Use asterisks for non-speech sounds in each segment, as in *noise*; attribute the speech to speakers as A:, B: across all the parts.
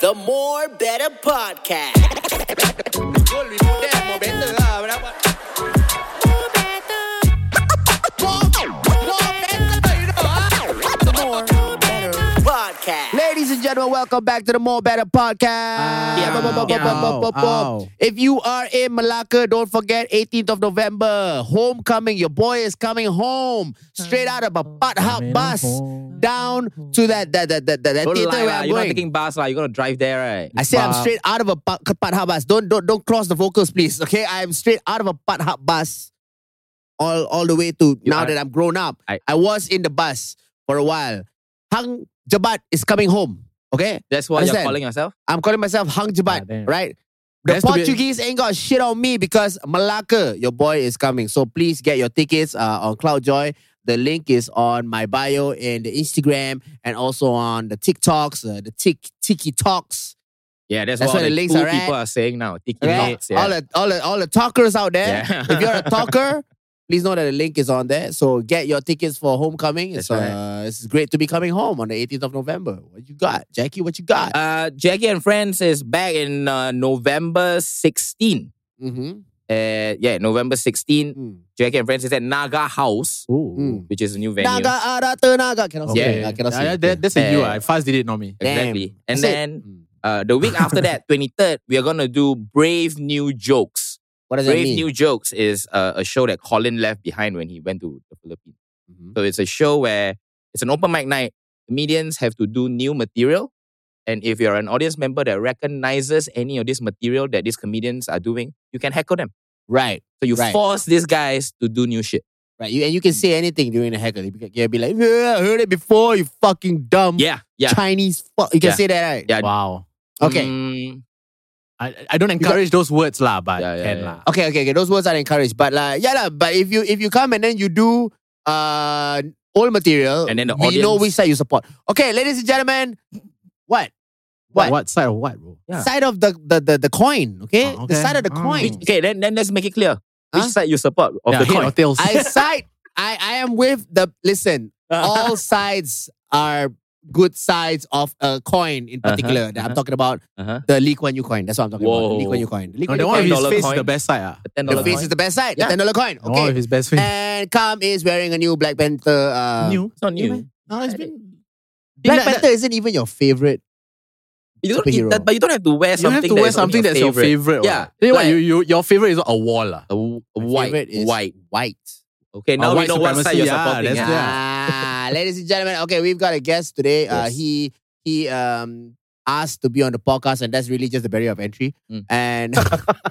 A: The More Better Podcast. Podcast.
B: Ladies and gentlemen, welcome back to the More Better Podcast.
C: Ow,
B: Bo- bo- bo- bo- bo- bo-
C: ow,
B: bo. If you are in Malacca, don't forget 18th of November, homecoming. Your boy is coming home straight out of a butthub bus down to that that that that, that, that
C: Don't
B: theater
C: lie,
B: Eh, where
C: lah.
B: I'm
C: You're not
B: going.
C: taking bus, lah. You're gonna drive there, right?
B: I said I'm straight out of a pa- Patha bus. Don't don't don't cross the vocals, please. Okay, I am straight out of a Patha bus, all all the way to now
C: are-
B: that I'm grown up. I,
C: I-
B: was in the bus for a while. Hang Jabat is coming home. Okay,
C: That's what
B: Understand?
C: you're calling yourself.
B: I'm calling myself Hang Jabat. right? The
C: Ah, Has to be-
B: Portuguese ain't got shit on me because Malacca, your boy is coming. So please get your tickets uh, on CloudJoy. The link is on my bio and the Instagram and also on the TikToks, uh, the Tik Tiki Talks.
C: Yeah, that's,
B: That's
C: what,
B: what
C: all
B: the
C: the
B: links
C: cool
B: are at.
C: people are saying now. Tiki
B: Okay?
C: notes, yeah.
B: All the all the all the talkers out there.
C: Yeah.
B: *laughs* if you're a talker, please know that the link is on there. So get your tickets for homecoming. It's
C: That's
B: uh, it's great to be coming home on the 18th of November. What you got, Jackie? What you got?
C: *laughs* uh, Jackie and Friends is back in uh, November 16.
B: mm-hmm.
C: Uh, yeah, November 16.
B: Mm.
C: Jackie and Friends is at Naga House,
B: Mm.
C: which is a new venue.
B: Naga arata naga. Cannot see.
C: Okay.
B: I cannot see.
D: Yeah, that, that's a you. uh,
C: Yeah.
D: I fast did it, not me.
B: Damn.
C: Exactly.
B: That's
C: And
B: it. Hmm.
C: then uh, the week after
B: *laughs*
C: that, 23rd, we are gonna do Brave New Jokes.
B: What does that
C: Brave
B: mean?
C: New Jokes is uh, a show that Colin left behind when he went to the Philippines.
B: Mhm.
C: So it's a show where it's an open mic night. Comedians have to do new material. And if you're an audience member that recognizes any of this material that these comedians are doing, you can heckle them.
B: Right,
C: So you
B: Right.
C: force these guys to do new shit.
B: right. You, and you can
C: Mm-hmm.
B: say anything during the heckle. You can you can be like, yeah, I heard it before, you fucking
D: Mm.
B: dumb
C: Yeah, yeah.
B: Chinese fuck. You can
C: Yeah.
B: say that, right?
C: Yeah.
D: Wow.
B: Okay.
C: Mm,
D: I, I don't encourage those words, lah, but
C: Yeah, yeah,
D: can,
C: yeah.
D: lah.
B: Okay, okay, okay. Those words are encouraged. But like, yeah, lah, but if you if you come and then you do uh old material,
C: And then the
B: we know
C: audience-
B: which side you support. Okay, ladies and gentlemen, what? What?
D: What? side of what, bro?
C: Yeah.
B: Side of the, the, the, the coin, okay?
D: Oh,
B: The
D: okay.
B: side of the
D: Oh.
B: coin.
D: Which-
C: okay, then, then let's make it clear. Which
B: Huh?
C: side you support of
D: Yeah,
C: the
D: head
C: coin?
D: or *laughs* tails.
B: I side I, I am with the listen,
C: *laughs*
B: all sides are good sides of a coin in
C: Uh-huh,
B: particular that I'm
C: uh-huh.
B: talking about
C: Uh-huh.
B: the Lee Kuan Yew coin. That's what I'm talking about. The Lee
C: Whoa.
B: Kuan Yew coin. The Lee
D: no,
B: Kuan
D: the
B: Yew
D: one
B: coin.
D: with his face is
C: $10 coin.
D: the best side. Ah.
C: $10
B: The
C: coin.
B: face is the best side.
C: Yeah.
B: The ten dollar coin.
D: The one with
B: Okay.
D: his best face.
B: And Kam is wearing a new Black Panther. Uh,
D: new.
C: It's not
D: New,
C: new.
D: No, it's been.
B: Black
D: That- that-
B: Panther isn't even your favorite.
C: You don't, you-
B: Superhero.
C: that- but you don't have to wear
D: You
C: something
D: have to
C: that
D: wear
C: is only
D: something
C: your
D: that's your favorite.
C: Yeah,
D: what. You know what?
C: like-
D: You, you, your favorite is a wall, ah. lah.
C: A w- a
B: My
C: white,
B: favorite is
C: white.
B: White.
C: Okay, now we
D: white
C: know what
D: supremacy,
C: side you're
D: yeah,
C: supporting.
D: that's-
C: yeah.
D: yeah.
B: Ah, *laughs* ladies and gentlemen. Okay, we've got a guest today. Uh,
C: Yes.
B: he he um asked to be on the podcast, and that's really just the barrier of entry.
C: Mm.
B: And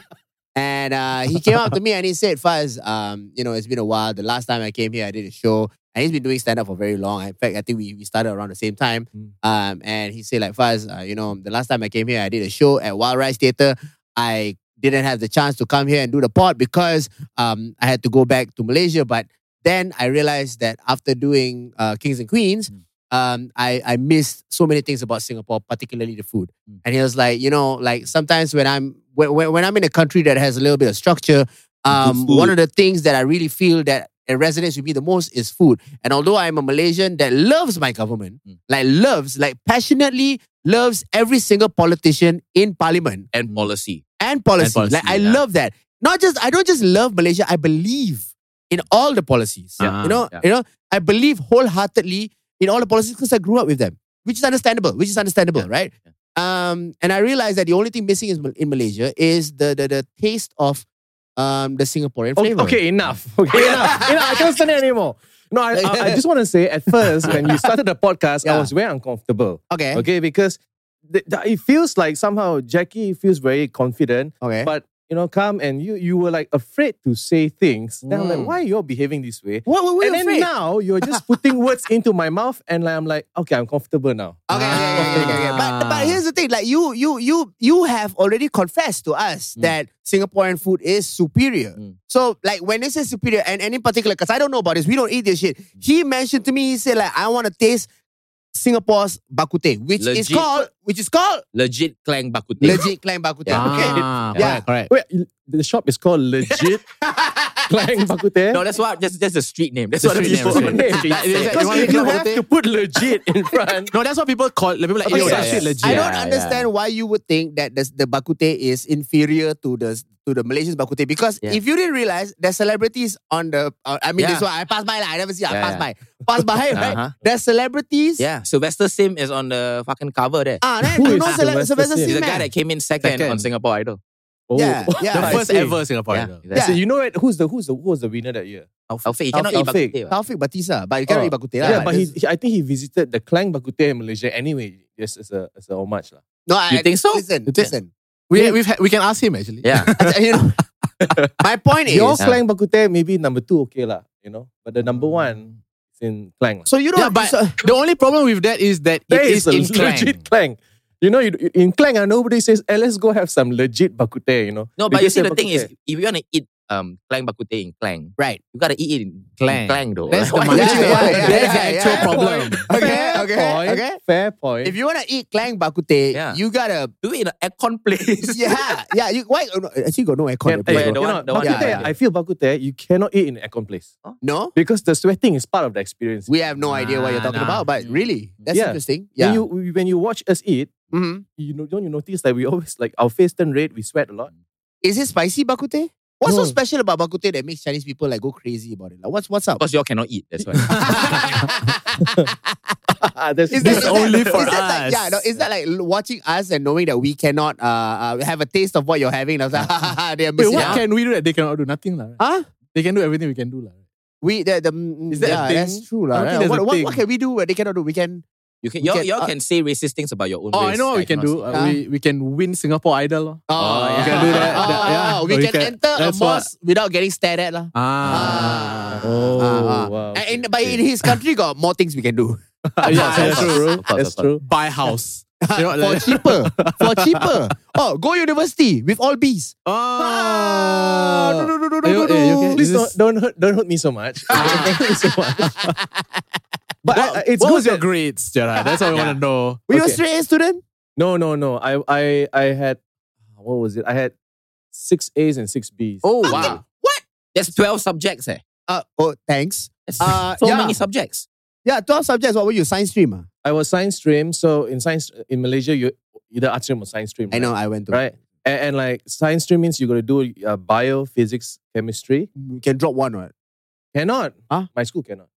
B: *laughs* and uh, he came up to me and he said, "Faz, um, you know, it's been a while. The last time I came here, I did a show, and he's been doing stand up for very long. In fact, I think we, we started around the same time.
D: Mm.
B: Um, and he said, like, Faz, uh, you know, the last time I came here, I did a show at Wild Rice Theater. I didn't have the chance to come here and do the pod because um, I had to go back to Malaysia. But then I realized that after doing uh, Kings and Queens, um, I, I missed so many things about Singapore, particularly the food. And he was like, you know, like sometimes when I'm when, when when I'm in a country that has a little bit of structure, um,
C: food.
B: one of the things that I really feel that it resonates with me the most is food. And although I'm a Malaysian that loves my government,
C: Mm.
B: like loves, like passionately loves every single politician in parliament
C: And policy.
B: and policy.
D: And policy,
B: like I
D: yeah.
B: love that. Not just I don't just love Malaysia. I believe in all the policies.
D: Yeah.
B: You know,
C: Yeah.
B: you know, I believe wholeheartedly in all the policies because I grew up with them, which is understandable. Which is understandable,
C: Yeah.
B: right? Um, and I realized that the only thing missing is, in Malaysia is the the, the taste of um the Singaporean
E: O-
B: flavor.
E: Oh, Okay, enough. *laughs* Okay, enough. enough. I can't stand it anymore. No, I, I, I just want to say at first, when you started the podcast,
B: Yeah. Eh?
E: I was very uncomfortable.
B: okay, okay,
E: Okay, because th- th- it feels like somehow Jackie feels very confident,
B: okay.
E: but you know, come and you you were like afraid to say things. Then I'm
B: Mm.
E: like, why are you all behaving this way?
B: what were we
E: and
B: afraid?
E: then now you're just putting words into my mouth, and like, I'm like, okay, I'm comfortable now.
B: Okay, okay, okay, okay, okay. But,
C: Ah.
B: but here's the thing: like you, you, you, you have already confessed to us that Singaporean food is superior.
C: Mm.
B: So, like when they say superior, and, and in particular, because I don't know about this, we don't eat this shit.
C: Mm.
B: He mentioned to me, he said, like, I want to taste Singapore's bakute, which is
C: Legit.
B: called, which is called
C: Legit clang bakute.
B: legit clang bakute.
C: Yeah.
B: Okay.
D: Ah,
B: Yeah.
D: correct, correct.
E: Wait, the shop is called Legit Klang Bakute.
C: No, that's what that's, that's the street name. That's
D: The
C: what the
D: street name,
C: people.
D: street name.
C: *laughs* Street
D: That-
C: name.
D: that-
E: Because
D: You want
E: if
D: me
E: you
D: to
E: have
D: put it?
E: to put legit in front.
D: No, that's what people call. People like,
B: Okay,
D: okay,
B: yeah,
D: that shit
C: yeah.
D: legit.
B: I
D: Yeah,
B: don't understand why you would think that the, the bakute is inferior to the to the Malaysian bakute because
C: Yeah.
B: if you didn't realize the celebrities on the uh, I mean
C: Yeah.
B: this one I pass by lah I never see I
C: Yeah,
B: pass
C: yeah.
B: by pass by right
C: Uh-huh.
B: the celebrities
C: Yeah, Sylvester Sim is on the fucking cover there.
B: ah then
E: Who
B: you
E: is
B: know
E: Sylvester
B: Sylvester, Sylvester
E: Sim?
C: He's
B: Sim
C: the guy
B: man.
C: that came in second,
D: Second.
C: on Singapore Idol.
E: Oh.
B: Yeah, yeah.
E: I
D: The first
E: see.
D: ever Singapore
C: yeah,
D: Idol.
C: that's
E: So
B: Yeah.
E: you know it, who's the who's the who was the winner that year?
C: Alfie. He cannot eat
E: Taufik.
C: bakute. what.
B: Taufik Batisa but you cannot
E: Oh.
B: eat bakute lah
E: Yeah, but he,
B: this-
E: he- I think he visited the Klang Bakute in Malaysia anyway. Yes, as a as a homage lah.
B: no I,
C: You think so?
B: listen
C: You think-
B: listen
D: We we've had, we can ask him actually.
C: Yeah.
B: I- you know my point is
E: Your
C: Yeah.
E: Klang Bakute maybe number two okay lah, you know. But the number one is in Klang. lah.
B: so you don't
D: Yeah, but the only problem with that is that
E: There
D: it is,
E: is a
D: in Klang.
E: legit Klang. You know, you, in Klang, ah, nobody says, hey, let's go have some legit bakute, you know.
C: No,
E: They
C: but you
E: just
C: see,
E: say
C: the thing is,
E: bakute.
C: if you want to eat um Klang Bakute in Klang,
B: right
C: you gotta eat it in
D: Klang.
C: in Klang though. *laughs*
D: That's the
C: Why
D: money.
C: would you
D: Yeah,
C: want-
D: yeah, That's the actual
B: yeah.
E: *laughs*
D: problem.
B: okay
E: Fair
B: okay
E: point,
B: okay
E: Fair point.
B: if you want to eat Klang bakute
C: Yeah.
B: you gotta
C: Do it in an aircon
B: *laughs*
C: place.
B: yeah yeah you why oh, no, actually got no aircon
E: Can-
B: that place,
C: yeah,
E: you
B: bro.
C: the one-
E: know,
C: the one-
E: bakute,
B: yeah,
C: yeah.
E: I feel bakute, you cannot eat in an aircon place.
B: no
E: Because the sweating is part of the experience.
B: We have no idea what you're talking
D: Nah, nah.
B: about, but really, that's
E: Yeah.
B: interesting.
E: When,
B: Yeah.
E: you, when you watch us eat,
B: Mhm.
E: you know, don't you notice that we always, like, our face turn red, we sweat a lot? *laughs*
B: Is it spicy bakute? What's so
E: No.
B: special about bakute that makes Chinese people like go crazy about it? Like, what's what's up?
D: *laughs*
C: Because y'all cannot eat. That's why.
D: *laughs*
E: That's
B: Is
D: This
B: that- is
D: only
B: that,
D: for
B: is that
D: us.
B: Like, yeah, no, is that like l- watching us and knowing that we cannot uh, uh have a taste of what you're having? I was like, *laughs* they're
D: Wait,
B: missing
D: what
B: out.
D: can we do that they cannot do? Nothing lah. right?
B: Huh?
D: They can do everything we can do lah. right?
B: We the, the mm,
D: Is that a
B: yeah,
D: thing?
B: that's
D: I
B: true
D: don't
B: lah. right?
D: think there's
B: What,
D: a
B: what,
D: thing.
B: what can we do where they cannot do? We can
C: You can,
B: We
C: y'all,
B: can-
C: y'all
B: uh,
C: can say racist things about your own
D: Oh,
C: race.
D: I know what we can
C: cannot
D: do.
C: say.
D: Uh, we we can win Singapore Idol. lah.
B: oh,
D: we can do
B: *laughs*
D: that.
B: Oh,
D: That- yeah.
B: oh, we,
D: We
B: can,
D: can-
B: enter a
D: that's what-
B: mosque without getting stared at lah.
D: Ah.
E: Oh,
B: Ah, ah.
E: wow.
B: And in- but in his country got more things we can do.
D: yeah, that's true. bro.
C: Of course,
E: Ah, That's
C: of course.
E: true.
D: Buy house. *laughs* You know,
B: for
D: like-
B: cheaper. For
E: *laughs*
B: cheaper. Oh, go university with all B's.
E: Oh.
B: Ah, do, do, do, do,
D: Are you-
B: do,
D: yeah, you
B: do.
D: okay?
E: Please
D: Is
E: don't,
D: this-
E: don't hurt don't hurt me so much.
B: Ah.
E: *laughs* don't hurt me so much. But I- I- it's
D: what
E: good
D: was your
E: that-
D: grades, Gerard? That's what we *laughs* want to know.
B: *laughs* Were you a
E: Okay.
B: straight A student?
E: No, no, no. I I I had what was it? I had six A's and six B's.
C: Oh,
B: Fucking-
C: wow. What? That's 12 subjects, eh?
B: Uh, oh, thanks.
C: That's
B: Uh,
C: *laughs* so
B: yeah.
C: many subjects.
B: Yeah, 12 subjects. What were you? Science stream? ah?
E: I was science stream. So in science in Malaysia, you either arts stream or science stream.
B: I know,
E: right?
B: I went to.
E: right? And, and like science stream means you got to do uh, bio, physics, chemistry.
B: You can drop one, right?
E: Cannot.
B: Huh? Mm.
E: My school cannot.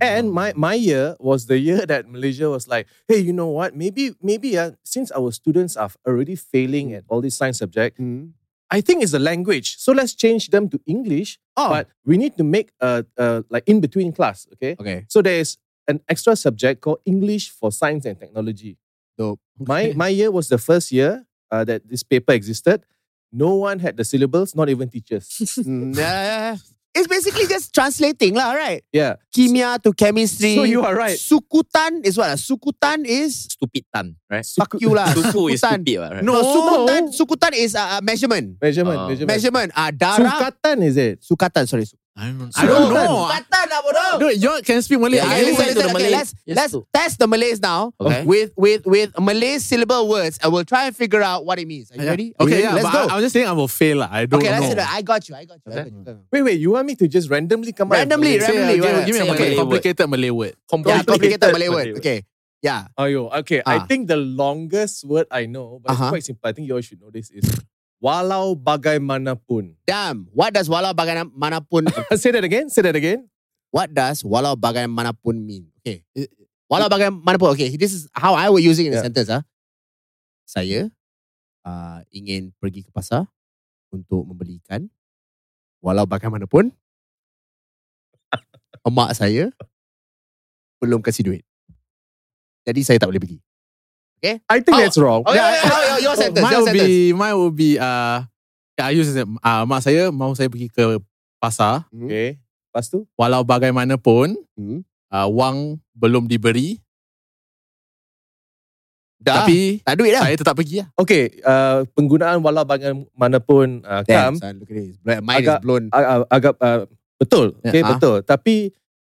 E: And my, my year was the year *laughs* that Malaysia was like, hey, you know what? Maybe maybe uh, since our students are already failing at all these science subjects,
B: Mm.
E: I think it's a language. So let's change them to English.
B: Oh.
E: But we need to make a, a like in between class, okay?
B: Okay.
E: So there's an extra subject called English for Science and Technology.
B: Dope.
E: My my year was the first year uh, that this paper existed. No one had the syllables, not even
B: *laughs*
E: teachers.
B: Mm, *laughs* yeah, yeah, yeah. It's basically just translating, lah, right?
E: yeah.
B: Kimia to chemistry.
E: So you are right.
B: Sukutan is what? ah? Sukutan is.
C: Stupid tan, right?
B: Fuck you, lah. *laughs*
C: Susu is
B: Sukutan.
C: stupid, what, right?
B: No,
E: No.
B: Sukutan, Sukutan is uh, uh, measurement.
C: Uh,
E: Measurement, measurement.
B: Measurement. Uh, dara.
E: Sukatan is it?
B: Sukatan, sorry.
D: I don't know.
C: I don't
B: know. Sukatan lah, bodoh.
D: Dude, you can speak Malay.
C: Yeah,
D: I
B: Okay,
C: you
D: only
B: listen,
D: know
C: went
B: listen,
C: to the
B: okay,
C: Malay-
B: let's
C: yes,
B: let's
C: too.
B: test the Malays now
C: Okay.
B: with with with Malay syllable words, and we'll try and figure out what it means. Are you
D: Yeah.
B: ready? Are you
D: Okay,
B: ready?
D: yeah,
B: let's
D: but I, I
B: go.
D: was just saying I will fail. lah. I don't
B: Okay,
D: know.
B: let's do that. I got you. I got you. I
C: Okay.
B: got you.
E: Wait, wait, you want me to just randomly come
B: Randomly,
E: out?
D: Say, uh,
B: randomly.
D: give,
B: yeah.
D: give me
C: Say
D: a
C: a Malay
D: Malay,
C: word.
D: complicated Malay word.
B: Yeah, complicated
E: Complicated
B: Malay word.
E: Malay word.
B: Okay. Yeah.
E: Oh, yo, okay. I
B: Ah.
E: think the longest word I know, but
B: Uh-huh.
E: it's quite simple. I think you all should know this is walau bagaimanapun.
B: Damn. What does walau bagaimanapun?
E: Uh, Say that again. Say that again.
B: what does walau bagaimanapun mean? Okay. Walau bagaimanapun. Okay. This is how I would use it in a
E: Yeah.
B: sentence. Ah. Saya uh, ingin pergi ke pasar untuk membeli ikan. Walau
D: *laughs*
B: bagaimanapun, emak saya belum kasih duit. Jadi saya tak boleh pergi.
E: I think
B: Oh,
E: that's wrong.
D: ya,
B: Oh, yeah, yeah, yeah, yeah, your sentence,
D: mine
B: your
D: will be mine will be uh yeah, I use it uh, mak saya mau saya pergi ke pasar
E: Okay. Lepas tu?
D: walau bagaimanapun
B: Hmm.
D: uh, wang belum diberi
B: Dah,
D: tapi
B: tak duit lah.
D: saya tetap pergi lah.
E: Okay. Uh, penggunaan walau bagaimanapun uh,
B: Damn,
E: come
B: son, look at this. Bl- Mine is
E: Agak-
B: blown.
E: ag- ag- agak uh, betul.
D: Yeah,
E: Okay,
D: ah.
E: betul. Tapi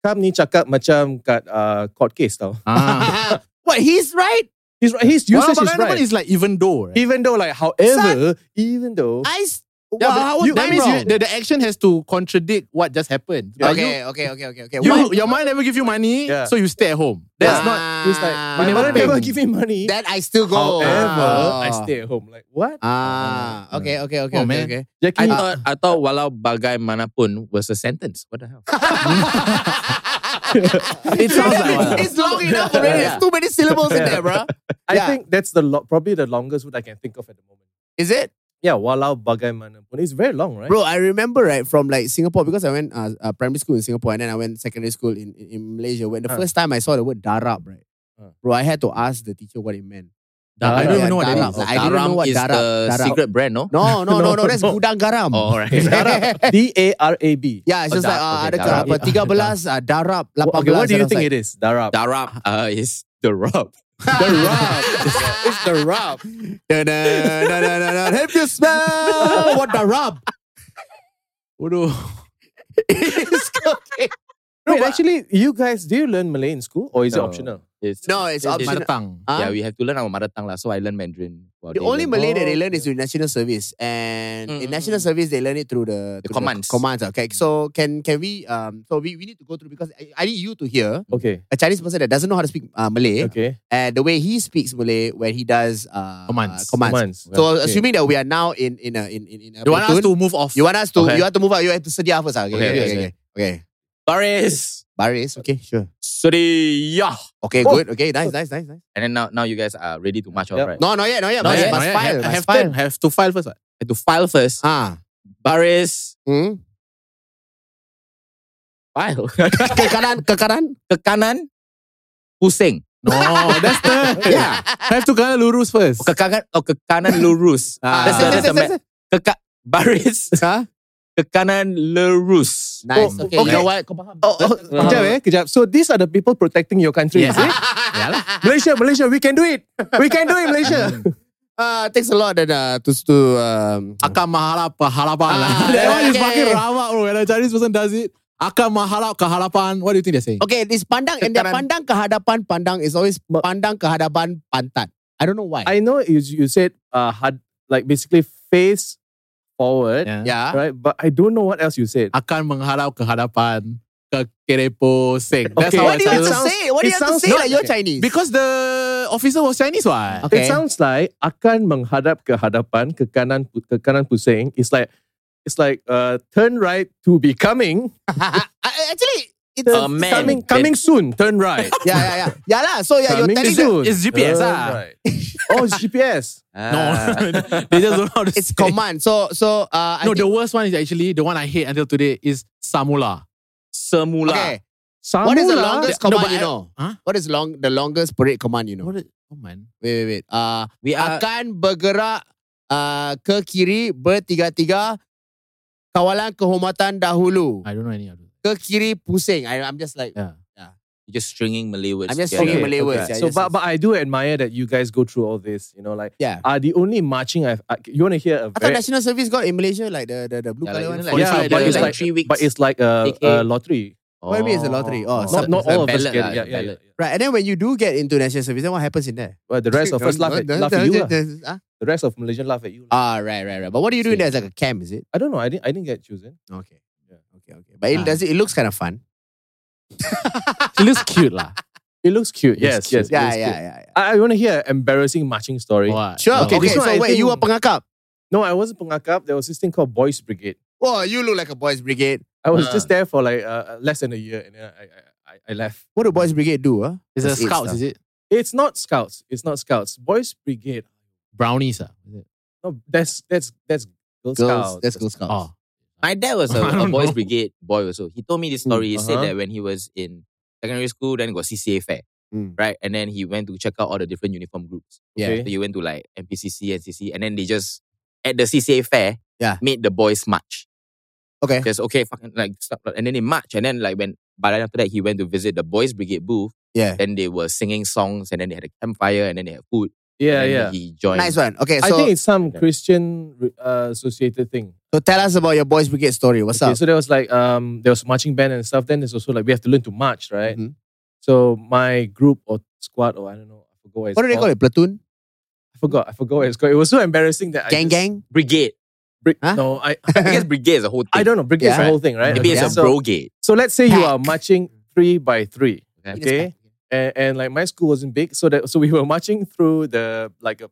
E: come ni cakap macam kat uh, court case tau.
D: Ah.
B: *laughs* what, he's right?
E: He's right. His
D: Walau
E: usage is
D: bagaimanapun
E: right.
D: is like even though right?
E: Even though like however, even though
B: I s-
D: Yeah,
E: What-
D: but how was
E: you-
D: that
E: I'm
D: means you,
E: wrong.
D: the, the action has to contradict what just happened. Like,
B: okay, okay, okay, okay, okay.
D: You,
B: Why-
D: you, your mind never give you money,
E: Yeah.
D: so you stay at home.
B: Ah.
E: That's not. It's
B: You
E: like my
B: never
E: mother
B: pay.
E: never give me money.
B: that I still go.
E: However,
B: Ah.
E: I stay at home. Like what?
B: Ah,
E: Ah.
B: okay, okay, okay,
D: Oh,
B: okay,
D: man.
B: okay. *laughs*
C: I
E: Jackie,
C: thought I thought walau bagaimanapun was a sentence. What the hell?
D: It sounds like
B: It's-
D: one.
B: it's long enough already. There's too many syllables in there, bro.
E: I
B: yeah.
E: think that's the lo- probably the longest word I can think of at the moment.
B: Is it?
E: Yeah, walau bagaimanapun. It's very long, right?
B: Bro, I remember right from like Singapore because I went uh, uh, primary school in Singapore and then I went secondary school in, in, in Malaysia. When the
E: Ah.
B: first time I saw the word darab, right,
E: Ah.
B: bro, I had to ask the teacher what it meant.
D: I don't even know what that
B: Darab.
D: is.
B: Like, I didn't know what
C: is
B: darab.
C: the
B: darab. Hmm.
C: secret brand, no?
B: No, no, no, no. That's
E: No.
B: gudang garam.
C: Oh, all right.
E: D A R A B.
B: *laughs* Yeah, it's
C: Oh,
B: just
C: da-
B: like uh,
C: okay,
B: ada darab.
C: darab.
B: apa tiga belas uh, darab lapan
E: Okay,
B: belas.
E: what do you think it is? Darab.
C: Darab uh, is the rub.
B: The rub. it's the rub. da, da, da, da, da, da. Have you smell what the rub?
D: Bodoh.
B: is cooking.
E: Wait, actually, you guys, do you learn Malay in school or is it
C: No.
E: optional?
C: It's,
B: No, it's
D: Mother
B: optional.
D: tongue.
B: Huh?
C: Yeah, we have to learn our mother tongue lah. So I learn Mandarin. while
B: The
C: they
B: only
C: learn-
B: Malay that they
E: Oh,
B: learn is through national service, and
C: Mm,
B: in
C: mm,
B: national
C: mm.
B: service they learn it through the,
C: The
B: through
C: commands.
B: commands. Okay, so can can we um so we, we need to go through because I, I need you to hear
E: Okay.
B: a Chinese person that doesn't know how to speak uh, Malay
E: Okay.
B: and the way he speaks Malay when he does uh,
D: Commands.
B: uh, commands.
E: Months.
B: So
E: Okay.
B: assuming that we are now in in a, in in, in a
D: You want us
B: platoon,
D: to move off?
B: you want us to
C: Okay.
B: you have to move out. You have to sedia first. ah. Okay, okay,
C: Okay,
B: okay, okay,
C: okay,
B: okay. okay.
C: Baris.
B: Baris, okay, sure.
C: Surya.
B: Okay,
E: Oh.
B: good. Okay, nice, nice, nice, nice.
C: And then now, now you guys are ready to march off,
E: Yep.
C: right?
B: No, not yet, not yet.
C: Not
B: must,
C: yet,
B: must
D: Not yet.
B: file,
D: have,
B: must
D: have,
B: file.
D: turn, have to file first. What?
C: Have to file first.
B: Ah,
C: Baris.
B: hmm.
C: *laughs* File.
B: Ke kanan, ke kanan.
C: Ke kanan. Pusing.
D: No, Oh, that's
B: *laughs*
D: the
B: Yeah.
D: have to kind of lurus first.
C: Ke kanan, oh, ke kanan lurus.
D: Ah.
C: That's the, that's the
B: Yes, yes,
C: map. Ke ka- Baris.
B: Huh?
C: Ke kanan lurus.
B: Nice.
E: Oh,
B: okay.
E: okay.
B: You know what? Kau faham.
E: Oh, oh, kejap eh, kejap. So these are the people protecting your country,
D: Yes.
E: is it?
B: *laughs*
E: Malaysia, Malaysia, we can do it. We can do it, Malaysia.
B: Uh, takes a lot that uh, to to um.
D: Akan mahalap harapan lah.
B: Ah,
D: That one is
B: okay.
D: fucking rabak bro. When a Chinese person does it, akan mahalap ke harapan. What do you think they're saying?
B: Okay, this pandang and their
D: Kekanan.
B: pandang kehadapan pandang is always
E: Ma-
B: pandang kehadapan pantat. I don't know why.
E: I know you, you said uh, hard, like basically face forward,
B: yeah. Ah,
E: right? But I don't know what else you said.
D: Akan mengharap ke hadapan ke kerepo seng. That's
E: Okay.
D: how I
B: What do you have
D: sound.
B: to say? What do
E: it
B: you have to
E: sounds
B: say?
E: not-
B: Like you're Chinese.
D: Because the officer was Chinese what?
B: Okay. *laughs*
E: It sounds like akan menghadap ke hadapan ke kanan pu- ke kanan pusing. It's like it's like uh, turn right to be coming.
B: Uh, actually, it's
C: A man.
E: coming coming soon. Turn
B: *laughs*
E: right.
B: yeah, yeah, yeah, yeah lah. So yeah, you're
E: coming
B: telling them
E: soon.
D: it's GPS
E: Turn
D: ah.
E: right. Oh, it's GPS.
D: No, *laughs* they just don't know how to
B: Ah. it's
D: say.
B: command. So so uh, I
D: No, the
B: think-
D: worst one is actually the one I hate until today is samula.
C: Semula.
B: okay.
E: Samula.
B: What is the longest
D: No,
B: command
D: but
B: you
D: I-
B: know?
D: Huh?
B: What is long the longest parade command you know?
D: What is, oh man.
B: Wait wait wait. Uh,
C: *laughs* We are
B: akan bergerak uh, ke kiri bertiga-tiga kawalan kehormatan dahulu
D: I don't know any of them.
B: ke kiri pusing I, I'm just like
D: Yeah.
C: just stringing Malay words.
B: I'm just
C: together.
B: stringing Malay words. Yeah,
E: So,
B: yes, yes.
E: but but I do admire that you guys go through all this. You know, like
B: Yeah.
E: Are the only marching I've. I, you want to hear
B: I
E: a
B: thought
E: very,
B: national service got in Malaysia like the the, the blue
C: Yeah,
B: color one
C: like, you know, like,
E: Yeah,
C: yeah,
E: but
C: like,
E: it's
C: like,
E: like-
C: three weeks.
E: but it's like a,
C: AK.
E: a lottery.
B: What do you mean it's a lottery? Oh,
E: Not,
B: so-
E: not
C: it's like
E: all of us
C: ballot
E: get.
C: lah,
E: Yeah, yeah, yeah.
C: ballot.
B: right and then when you do get into national service then what happens in there
E: Well, the rest of us laugh at, laugh at you. lah.
B: Huh?
E: The rest of Malaysian laugh at you. lah.
B: ah right right right but what do you do in there it's like a camp is it Ah.
E: I don't know. I didn't. I didn't get chosen.
B: okay okay okay but it does it, it looks kind of fun
D: It looks cute lah.
E: It looks cute.
D: It's
E: Yes,
D: cute.
E: yes. it
B: yeah
E: looks
B: yeah,
E: cute.
B: yeah yeah
E: I, I want to hear an embarrassing marching story.
D: What?
B: sure okay,
E: Okay, this one
B: so
E: I
B: wait you were
E: think-
B: pengakap
E: No, I wasn't pengakap. There was this thing called Boys Brigade.
B: oh you look like a boys brigade
E: I was
C: Ah.
E: just there for like uh, less than a year, and then I, I, I, I left.
B: what do boys brigade do huh?
D: It's a
B: That's it
D: scouts,
B: stuff.
D: is it?
E: It's not scouts. It's not scouts. Boys Brigade.
D: Brownies, ah. Is
B: *laughs*
D: it?
E: No, that's that's that's Girl
B: girls
E: Scouts.
B: that's girl scouts
D: Oh.
C: My dad was a,
D: I
C: a
D: don't
C: boys'
D: know.
C: brigade boy also. He told me this story. He said
E: uh-huh.
C: that when he was in secondary school, then got CCA fair,
B: Mm.
C: right? And then he went to check out all the different uniform groups.
B: yeah
C: So
E: Okay.
C: he went to like MPCC, NCC, and then they just at the CCA fair,
B: Yeah.
C: made the boys march.
B: Okay.
C: Just okay, fucking like stop, and then they march, and then like when. But then after that, he went to visit the boys' brigade booth.
B: Yeah.
C: Then they were singing songs, and then they had a campfire, and then they had food. and
E: Yeah,
C: then
E: yeah.
C: He joined.
B: Nice one. Okay,
E: I think
B: so,
E: it's some
C: Yeah.
E: Christian uh, associated thing.
B: so tell us about your boys' brigade story. What's
E: Okay,
B: up?
E: so there was like um there was marching band and stuff. Then there's also like we have to learn to march, right?
B: Mhm.
E: So my group or squad or I don't know, I forgot what it's
B: What do they call
E: called.
B: it? Platoon,
E: I forgot, I forgot what it's called. It was so embarrassing that I
B: gang,
E: just-
C: *laughs*
B: gang.
C: brigade.
E: Brig-
B: Huh?
E: No, I
C: I guess brigade is a whole thing.
E: I don't know. Brigade is
B: Yeah.
E: the whole thing, right?
C: Maybe
E: Okay,
C: it's a
E: so,
C: brogade.
E: So let's say you
B: Pack.
E: are marching three by three.
C: Okay.
E: Okay. And, and like my school wasn't big, so that so we were marching through the like a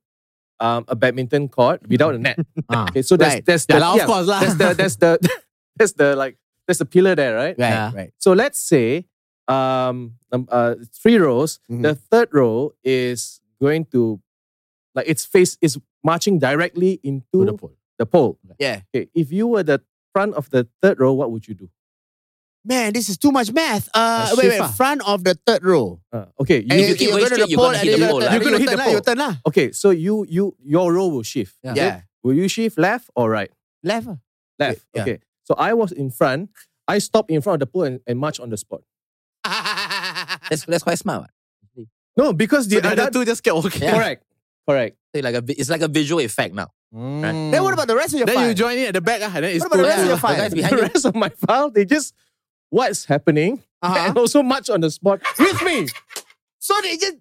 E: um a badminton court without a
B: *laughs*
E: net.
D: Ah.
E: Okay, so
B: Right.
E: that's that's
D: Yeah,
E: the,
D: lah, of
E: yeah,
D: course lah.
E: That's the that's the *laughs* that's the like that's the pillar there, right?
B: Right,
D: Yeah.
B: right.
E: So let's say um, um uh three rows.
B: Mhm.
E: The third row is going to like its face is marching directly into
D: To the pole.
E: the pole.
B: Yeah.
E: Okay, if you were the front of the third row, what would you do?
B: *laughs* Man, this is too much math. Uh,
D: Uh,
B: wait,
D: shift
B: wait.
D: ah.
B: Front of the third row.
E: Uh, okay, you,
B: And
C: you
B: you're
C: keep going
B: going to
C: straight,
B: the
C: you're
B: pole
C: gonna
B: and
C: hit
B: then
C: the
B: you're
C: pole,
B: turn-
C: lah.
B: you're
E: You're
B: going to
E: gonna
B: hit the
E: hit
B: pole.
E: the
B: turn lah.
E: okay. So you you your row will shift.
B: Yeah.
E: okay? Will you shift left or right?
B: Left. ah.
E: Left.
B: Yeah.
E: Okay. So I was in front. I stopped in front of the pole and, and marched on the spot.
C: That's, that's quite smart. what.
E: No, because the,
D: So the
E: other
D: other two just kept walking.
C: Yeah.
E: correct, correct.
C: So Like a, vi- it's like a visual effect now.
D: Mm.
B: then what about the rest of your
D: Then you
B: five?
D: join in at the back. Ah, then it's
B: What about the
D: two-
B: rest of your
D: two-
B: five?
C: The guys behind
E: The
C: you.
E: rest of my file, they just what's happening *laughs*
B: Uh-huh.
D: *laughs*
E: and also march on the spot with me.
B: So they just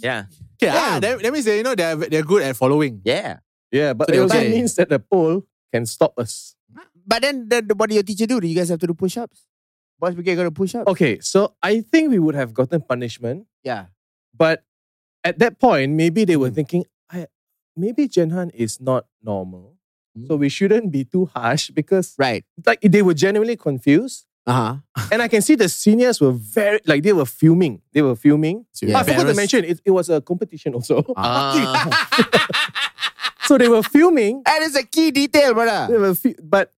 C: Yeah.
D: Okay, ah,
B: Yeah.
D: that, that means they, you know they're they're good at following.
C: Yeah.
E: Yeah, but
D: So
E: it
D: they
E: also
D: okay.
E: means that the pole can stop us.
B: But then, then what do your teacher do? Do you guys have to do push ups? Boys Brigade got to push
D: Oh.
B: ups?
E: Okay, so I think we would have gotten punishment,
B: Yeah.
E: but at that point, maybe they were
B: Mm.
E: thinking, I, maybe Jenhan is not normal. So we shouldn't be too harsh because
B: Right.
E: like they were genuinely confused.
B: Uh
D: Uh-huh.
B: huh.
E: and I can see the seniors were very like they were fuming. They were fuming.
B: Yeah.
E: I forgot to
D: Embarrassed.
E: mention it, it was a competition also.
B: *laughs*
E: *laughs*
C: Ah.
E: so they were fuming.
B: That is a key detail,
E: They
B: brother.
E: were fu- but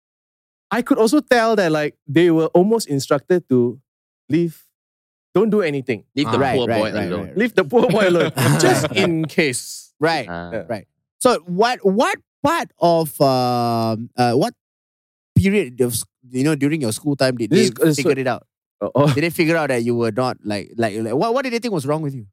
E: I could also tell that like they were almost instructed to leave. Don't do anything.
C: *laughs* Leave the
B: Right,
C: poor
B: right,
C: boy
B: right,
C: alone.
B: right.
E: Leave the poor boy alone.
B: *laughs*
E: Just in case.
B: Right.
C: Ah.
B: So what what part of um uh what period of s- you know during your school time did
E: This
B: they
E: is- uh,
B: figure
E: so-
B: it out?
E: Oh, oh.
B: Did they figure out that you were not like like, like what what did they think was wrong with you?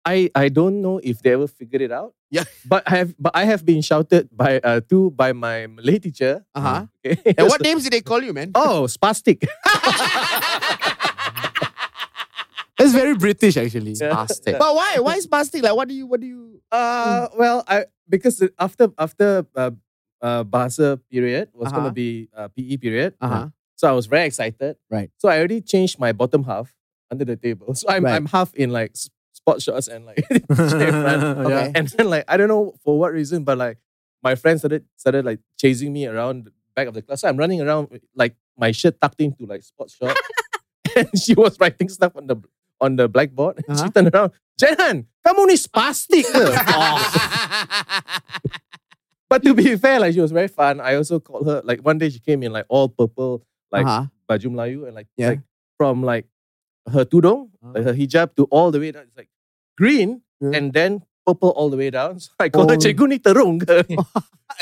E: I, I don't know if they ever figured it out.
B: Yeah.
E: But I have but I have been shouted by uh to by my Malay teacher.
B: Uh huh.
E: *laughs* Okay.
B: And what names did they call you, man? *laughs*
E: Oh, spastic.
D: That's very British actually.
C: Bastard.
B: But why why is plastic like? What do you what do you?
E: *laughs* Uh, well, I because the- after after uh, uh Bahasa period was
B: Uh-huh.
E: gonna be uh, PE period.
B: Uh huh.
E: So I was very excited.
B: Right.
E: So I already changed my bottom half under the table. So I'm
B: Right.
E: I'm half in like s- sport shorts
B: *laughs*
E: and like *laughs* straight front. *laughs*
B: Okay.
E: and then like I don't know for what reason, but like my friends started started like chasing me around the back of the class. So I'm running around with, like my shirt tucked into like sport shorts,
B: *laughs*
E: and she was writing stuff on the on the blackboard. And
B: Uh-huh.
E: she turned around, Jenhan, kamu ni spastic.
B: *laughs*
E: ke?"
B: Oh.
E: But to be fair, like she was very fun. I also called her like one day she came in like all purple, like
B: uh-huh.
E: baju Melayu, and like
B: Yeah. Ah.
E: like from like her tudung, like her hijab to all the way down. It's like green
B: Yeah.
E: and then purple all the way down. *laughs* So I called her
B: Oh.
E: cikgu ni
B: *laughs*
E: terung. *laughs* ke?"
B: uh,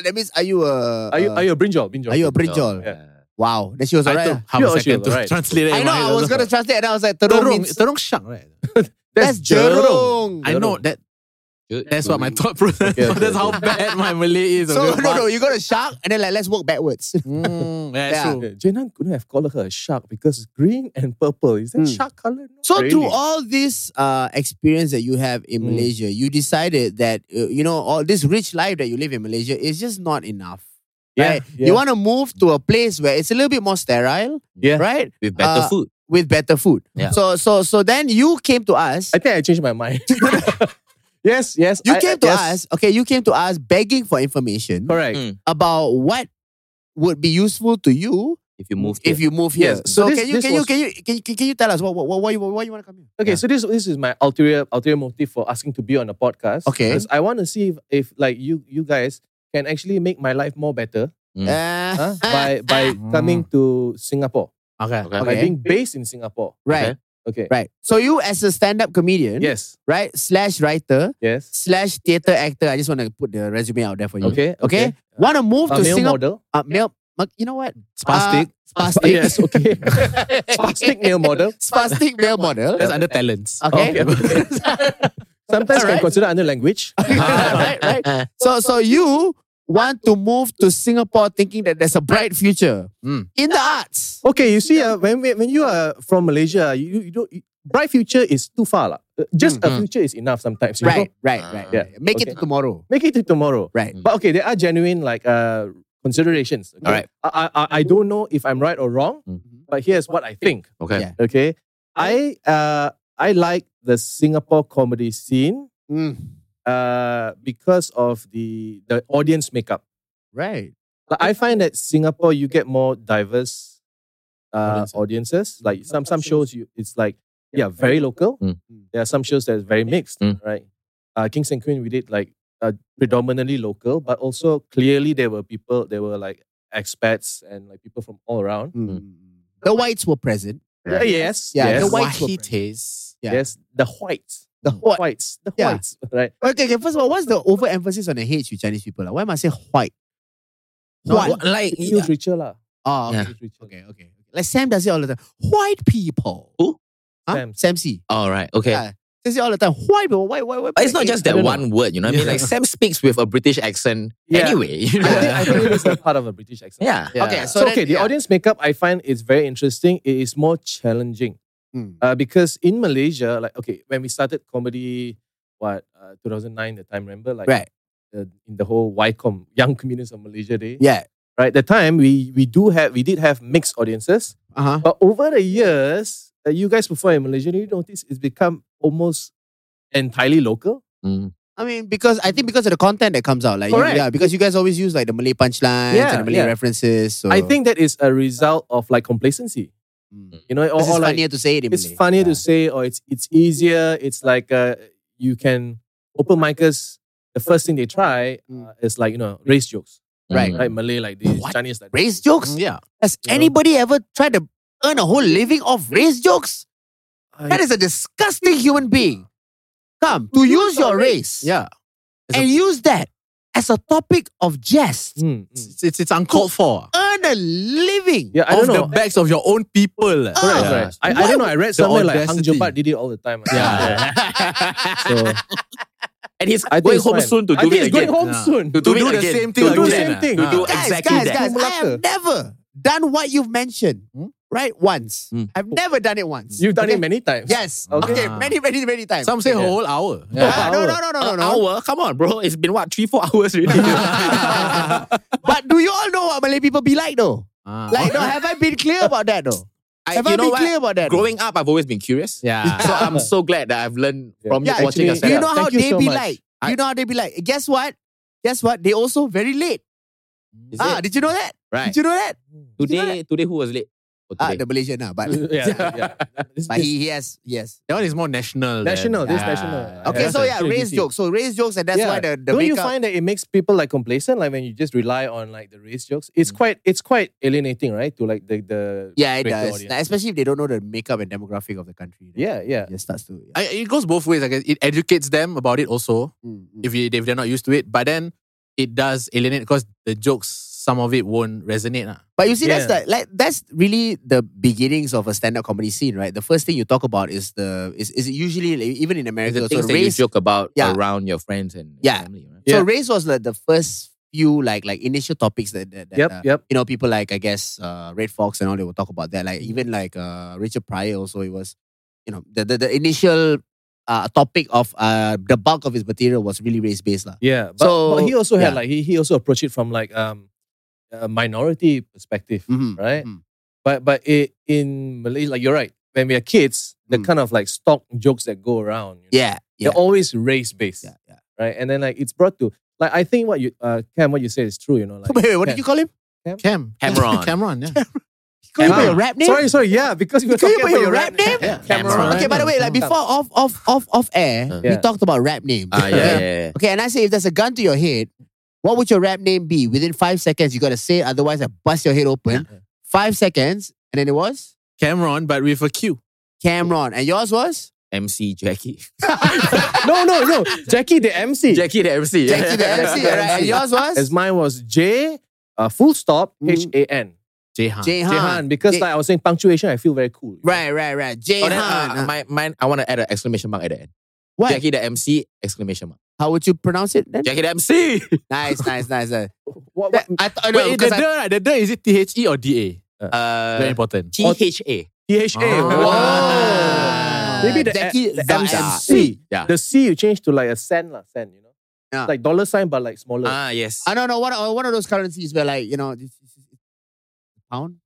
B: That means are you a
E: are you are you a brinjal? Brinjal.
B: are you a brinjol?
E: Yeah.
B: Wow, then she was
D: I
B: alright.
D: took
B: ah.
D: half
E: Yeah,
D: a
E: oh,
D: second
E: sure,
D: to
E: right.
D: translate it.
B: *laughs* I
D: in
B: know
D: my head
B: I was
D: also.
B: gonna translate and I was like terung.
D: Terung,
B: means-
D: terung shark, right?
B: That's jerung.
D: I know that. That's what my thought process.
E: Okay, okay,
D: that's how
E: okay.
D: bad my Malay is.
B: *laughs* So
D: okay?
B: no no, you got a shark and then like let's walk
E: *laughs*
B: backwards.
D: Mm, yeah, that's
B: Yeah.
D: true.
E: Yeah, Jenan couldn't have called her a shark because it's green and purple. Is that
B: Hmm.
E: shark color? No,
B: So
E: really.
B: through all this uh, experience that you have in
E: Mm.
B: Malaysia, you decided that uh, you know all this rich life that you live in Malaysia is just not enough. right?
E: yeah, yeah.
B: You want to move to a place where it's a little bit more sterile,
E: yeah.
B: right?
C: With better
B: Uh,
C: food.
B: With better food.
C: Yeah.
B: So so so then you came to us.
E: I think I changed my
B: *laughs*
E: mind. *laughs* yes, yes.
B: You
E: I-
B: came
E: I-
B: to
E: yes.
B: us. Okay, you came to us begging for information
E: Correct.
C: Mm.
B: about what would be useful to you
C: If you move
B: if you move here.
E: Yes.
B: So,
E: So this-
B: can, you,
E: this
B: can, you,
E: was-
B: can you can you can you tell us what what why you why you want to come here?
C: Yeah.
E: Okay, so this this is my ulterior ulterior motive for asking to be on the podcast.
B: Okay.
E: Because I want to see if, if like you you guys can actually make my life more better
C: Mm.
B: *laughs* Uh,
E: huh, by by
D: Mm.
E: coming to Singapore.
D: Okay.
C: Okay.
E: By
B: Okay.
E: being based in Singapore.
B: *laughs* right.
E: Okay.
B: Right. So you as a stand-up comedian,
E: Yes.
B: right? Slash writer,
E: Yes.
B: slash theater actor. I just want to put the resume out there for you.
E: Okay.
B: Mm. Okay. Want to move
E: A
B: to
E: male
B: Singapore?
E: model.
B: Uh, male. Mc- You know what?
D: Spastic.
B: Uh,
E: But
B: spastic. *laughs*
E: *laughs* Yes, okay. Spastic male model.
B: Spastic male model.
D: that's under talents.
B: *laughs* Okay.
E: Okay. *laughs* Sometimes
B: Alright.
E: can consider under language.
B: right. Right. So so you want to move to Singapore thinking that there's a bright future
D: Mm.
B: in the arts.
E: Okay, you see, uh, when when when you are from Malaysia, you you don't you, bright future is too far. lah. Uh, Just a
D: Mm.
E: future is enough sometimes. you
B: Mm-hmm. Right,
E: know?
B: right, right.
E: Yeah.
B: right. Make it
E: Okay.
B: to tomorrow.
E: Make it to tomorrow.
B: Right.
E: But okay, there are genuine like uh considerations. okay?
C: Alright.
E: I, I I don't know if I'm right or wrong,
C: Mm.
E: but here's what I think.
C: *laughs* Okay.
B: Yeah.
E: Okay. I uh I like the Singapore comedy scene
B: Mm.
E: uh because of the the audience makeup.
B: Right.
E: Like I find that Singapore you get more diverse uh,
D: Audiences.
B: Mm.
E: audiences. Like some some shows you it's like yeah very local.
C: Mm.
E: There are some shows that's very mixed,
C: Mm.
E: right? Uh, Kings and Queen we did like uh, predominantly local, but also clearly there were people there were like expats and like people from all around.
B: Mm. The whites were present.
E: Uh, yes,
B: Yeah,
E: yes,
B: the white-
C: Wahites.
B: yeah.
E: yes, the whites,
B: The white.
E: whites, the
B: Yeah.
E: whites, right?
B: Okay, okay, first of all, what's the overemphasis on the H with Chinese people? Like, why must I say white?
C: No,
B: White.
C: like
E: It feels richer lah.
B: Oh, okay.
C: Yeah.
E: Feels richer.
B: okay, okay. Like Sam does it all the time. White people.
C: Who?
B: Huh? Sam.
E: Sam.
B: C.
C: all right. Okay.
B: Yeah. Says it all the time. White people. Why, why, why?
C: But it's not just
B: I
C: that
B: don't know.
C: one word, you know what I mean?
D: Yeah.
C: Like Sam speaks with a British accent
E: Yeah.
C: anyway. You know?
E: I think,
B: *laughs*
E: I think it is a part of a British
C: *laughs*
E: accent.
C: yeah.
B: Okay,
E: Yeah.
B: so
E: so
B: then-
E: okay, the
B: yeah.
E: audience makeup I find is very interesting. It is more challenging
B: Hmm.
E: uh, because in Malaysia, like okay, when we started comedy, what uh, 2009, the time remember like
B: Right.
E: the, in the whole YCOM Young Communists of Malaysia Day,
B: Yeah.
E: right? The time we we do have we did have mixed audiences,
B: Uh huh.
E: but over the years, uh, you guys perform in Malaysia, you notice it's become almost entirely local.
C: Mm.
B: I mean, because I think because of the content that comes out, like you,
E: Correct.
B: yeah, because you guys always use like the Malay punchlines
E: Yeah,
B: and the Malay
E: yeah.
B: references. So
E: I think that is a result of like complacency,
B: Mm.
E: you know, or,
B: Because it's
E: or like,
B: funnier to say it in
E: it's
B: Malay.
E: funnier
B: Yeah.
E: to say or it's it's easier it's like uh, you can open micers the first thing they try uh, is like you know race jokes
B: Right.
E: right malay like this
B: What?
E: chinese like
B: race jokes.
D: Yeah.
B: Has
E: You know?
B: anybody ever tried to earn a whole living off race jokes?
E: I-
B: That is a disgusting human being. Come to use your race,
D: Yeah.
B: and use that as a topic of jest.
E: Hmm, hmm.
D: It's, it's, it's uncalled for.
B: Earn a living.
E: yeah i
D: Off
E: don't
D: the
E: know
D: backs of your own people.
B: Ah.
E: Correct,
B: Yeah.
E: correct. I, I don't know. I read
D: The
E: somewhere like Hang
D: audacity.
E: Jebat did it all the time.
D: Yeah.
E: so
C: And he's
E: I think
C: going
E: it's
C: home
E: fine.
C: soon to do
E: I think
C: it
E: it's going
C: again.
E: home
D: Yeah.
E: soon.
C: To do,
D: do
C: it
D: the
C: again.
D: same thing
C: To do the
E: again.
C: same thing.
E: To
C: To
E: do
C: do
B: guys,
C: exactly
B: guys, guys,
C: that.
B: I have
E: Malacca.
B: never done what you've mentioned,
D: Hmm?
B: right? Once.
C: Hmm.
B: I've never done it once.
E: *laughs* You've done
B: Okay?
E: it many times.
B: Yes.
E: Okay.
B: Okay. Many, many, many times.
D: Some say a
E: Yeah.
D: whole hour.
E: Yeah.
B: Ah, no, no, no, no, no,
C: An
B: no.
C: hour? Come on, bro. It's been what, three, four *laughs* hours already?
B: *laughs* But do you all know what Malay people be like though?
D: Ah.
B: Like, no, have I been clear about that though?
C: I,
B: Have I,
C: you know
B: been
C: what?
B: clear about that? though?
C: Growing up, I've always been curious.
D: yeah.
C: So I'm so glad that I've learned from you
B: Yeah,
C: watching
E: actually,
C: us.
B: Do you
E: Yeah,
B: know how
E: thank you
B: they
E: so
B: be
E: much.
B: like? Do you know how they be like? Guess what? Guess what? They also very late.
C: Is
B: ah,
C: it?
B: did you know that?
C: Right.
B: Did you know that?
C: Today, today who was late? Oh,
B: Ah,
C: today.
B: *laughs* the Malaysian now, but
E: *laughs* yeah, yeah. This-
B: but he, he has yes.
D: That one is more national. than-
E: National, this
D: Yeah.
E: national.
B: Okay,
E: Yeah.
B: so yeah,
E: Yeah.
B: race
E: Yeah.
B: jokes. So race jokes, and that's
E: Yeah.
B: why the the
E: Don't you
B: makeup-
E: find that it makes people like complacent? Like when you just rely on like the race jokes, it's quite it's quite alienating, right? To like the the
B: Yeah, it
E: greater
B: does.
E: audience.
B: Like, especially if they don't know the makeup and demographic of the country.
E: Yeah, yeah.
B: It starts to.
D: I, it goes both ways. I guess it educates them about it also
B: Mm,
D: if, you, if they're not used to it. But then it does alienate because the jokes, some of it won't resonate. ah. lah.
B: But you see, that's
E: Yeah.
B: the, like that's really the beginnings of a stand-up comedy scene, right? The first thing you talk about is the is, is usually like, even in
C: It's
B: America.
C: the
B: so
C: things that you
B: race,
C: joke about
B: Yeah.
C: around your friends and
B: Yeah.
C: family. Right?
B: so
E: Yeah.
B: race was like the first few like like initial topics that that, that
E: Yep,
B: uh,
E: yep.
B: you know people like I guess uh, Red Fox and all they will talk about that. Like even like uh, Richard Pryor also it was, you know the the, the initial uh, topic of uh, the bulk of his material was really race based lah.
E: Yeah. But,
B: So-
E: but he also had
B: yeah.
E: like he, he also approached it from like um a minority perspective.
B: Mhm.
E: Right?
B: Mhm.
E: But but it, in Malaysia, like you're right. When we are kids, the
B: Mm.
E: kind of like stock jokes that go around, you know,
B: Yeah, yeah,
E: they're always race based,
B: yeah, yeah.
E: right? And then like it's brought to like I think what you uh Cam what you said is true, you know. Like,
B: Wait, wait, what did you call him?
D: Cam.
C: Cameron.
D: *laughs* Cameron, yeah.
B: You call him by
E: Cameron.
B: your rap *laughs* name?
E: Sorry, sorry, yeah, because we were
B: Can you put
E: talking about
B: your rap
E: *laughs*
B: name?
E: Yeah.
C: Cameron.
B: Okay, by the way, like before off off off off air, we
E: Yeah.
B: talked about rap names.
C: Ah, yeah,
B: *laughs* okay?
C: yeah, yeah, yeah.
B: Okay, and I say if there's a gun to your head, what would your rap name be? Within five seconds, you gotta say it, otherwise I bust your head open. Five seconds, and then it was
D: Cameron, but with a Q.
B: Cameron. And yours was?
C: MC
B: *laughs*
C: Jackie.
E: *laughs* no, no, no. Jackie the MC.
C: Jackie the MC. yeah.
B: Jackie the
C: *laughs*
B: MC, right? And yours
E: As
B: was?
E: mine was J, uh, full stop,
B: Mm.
E: H A N.
D: Jehan.
B: Jehan.
E: Jehan. Because
B: J-
E: like I was saying, punctuation, I feel very cool.
B: Right, right, right.
C: Oh,
B: Jehan.
C: then, uh, my, mine, I want to add an exclamation mark at the end.
B: Why?
C: Jackie the MC, exclamation mark.
B: How would you pronounce it then?
C: Jackie the *laughs* MC.
B: Nice, nice, nice. nice.
E: What,
B: That-
E: what,
B: I
C: Oh,
B: thought no,
D: Wait, the,
B: because I-
D: the, right, the, the is it T-H-E or D-A? Very
C: Uh,
D: important.
C: T-H-A.
E: T H A.
D: Oh.
E: Wow. Maybe the,
B: Zaki
E: a- the
B: Zaza.
E: MC.
D: Yeah.
E: The C you change to like a cent, lah, cent, you know?
B: Yeah.
E: Like dollar sign, but like smaller.
C: Ah, yes.
B: I don't know one one of those currencies where like you know this, this, this, pound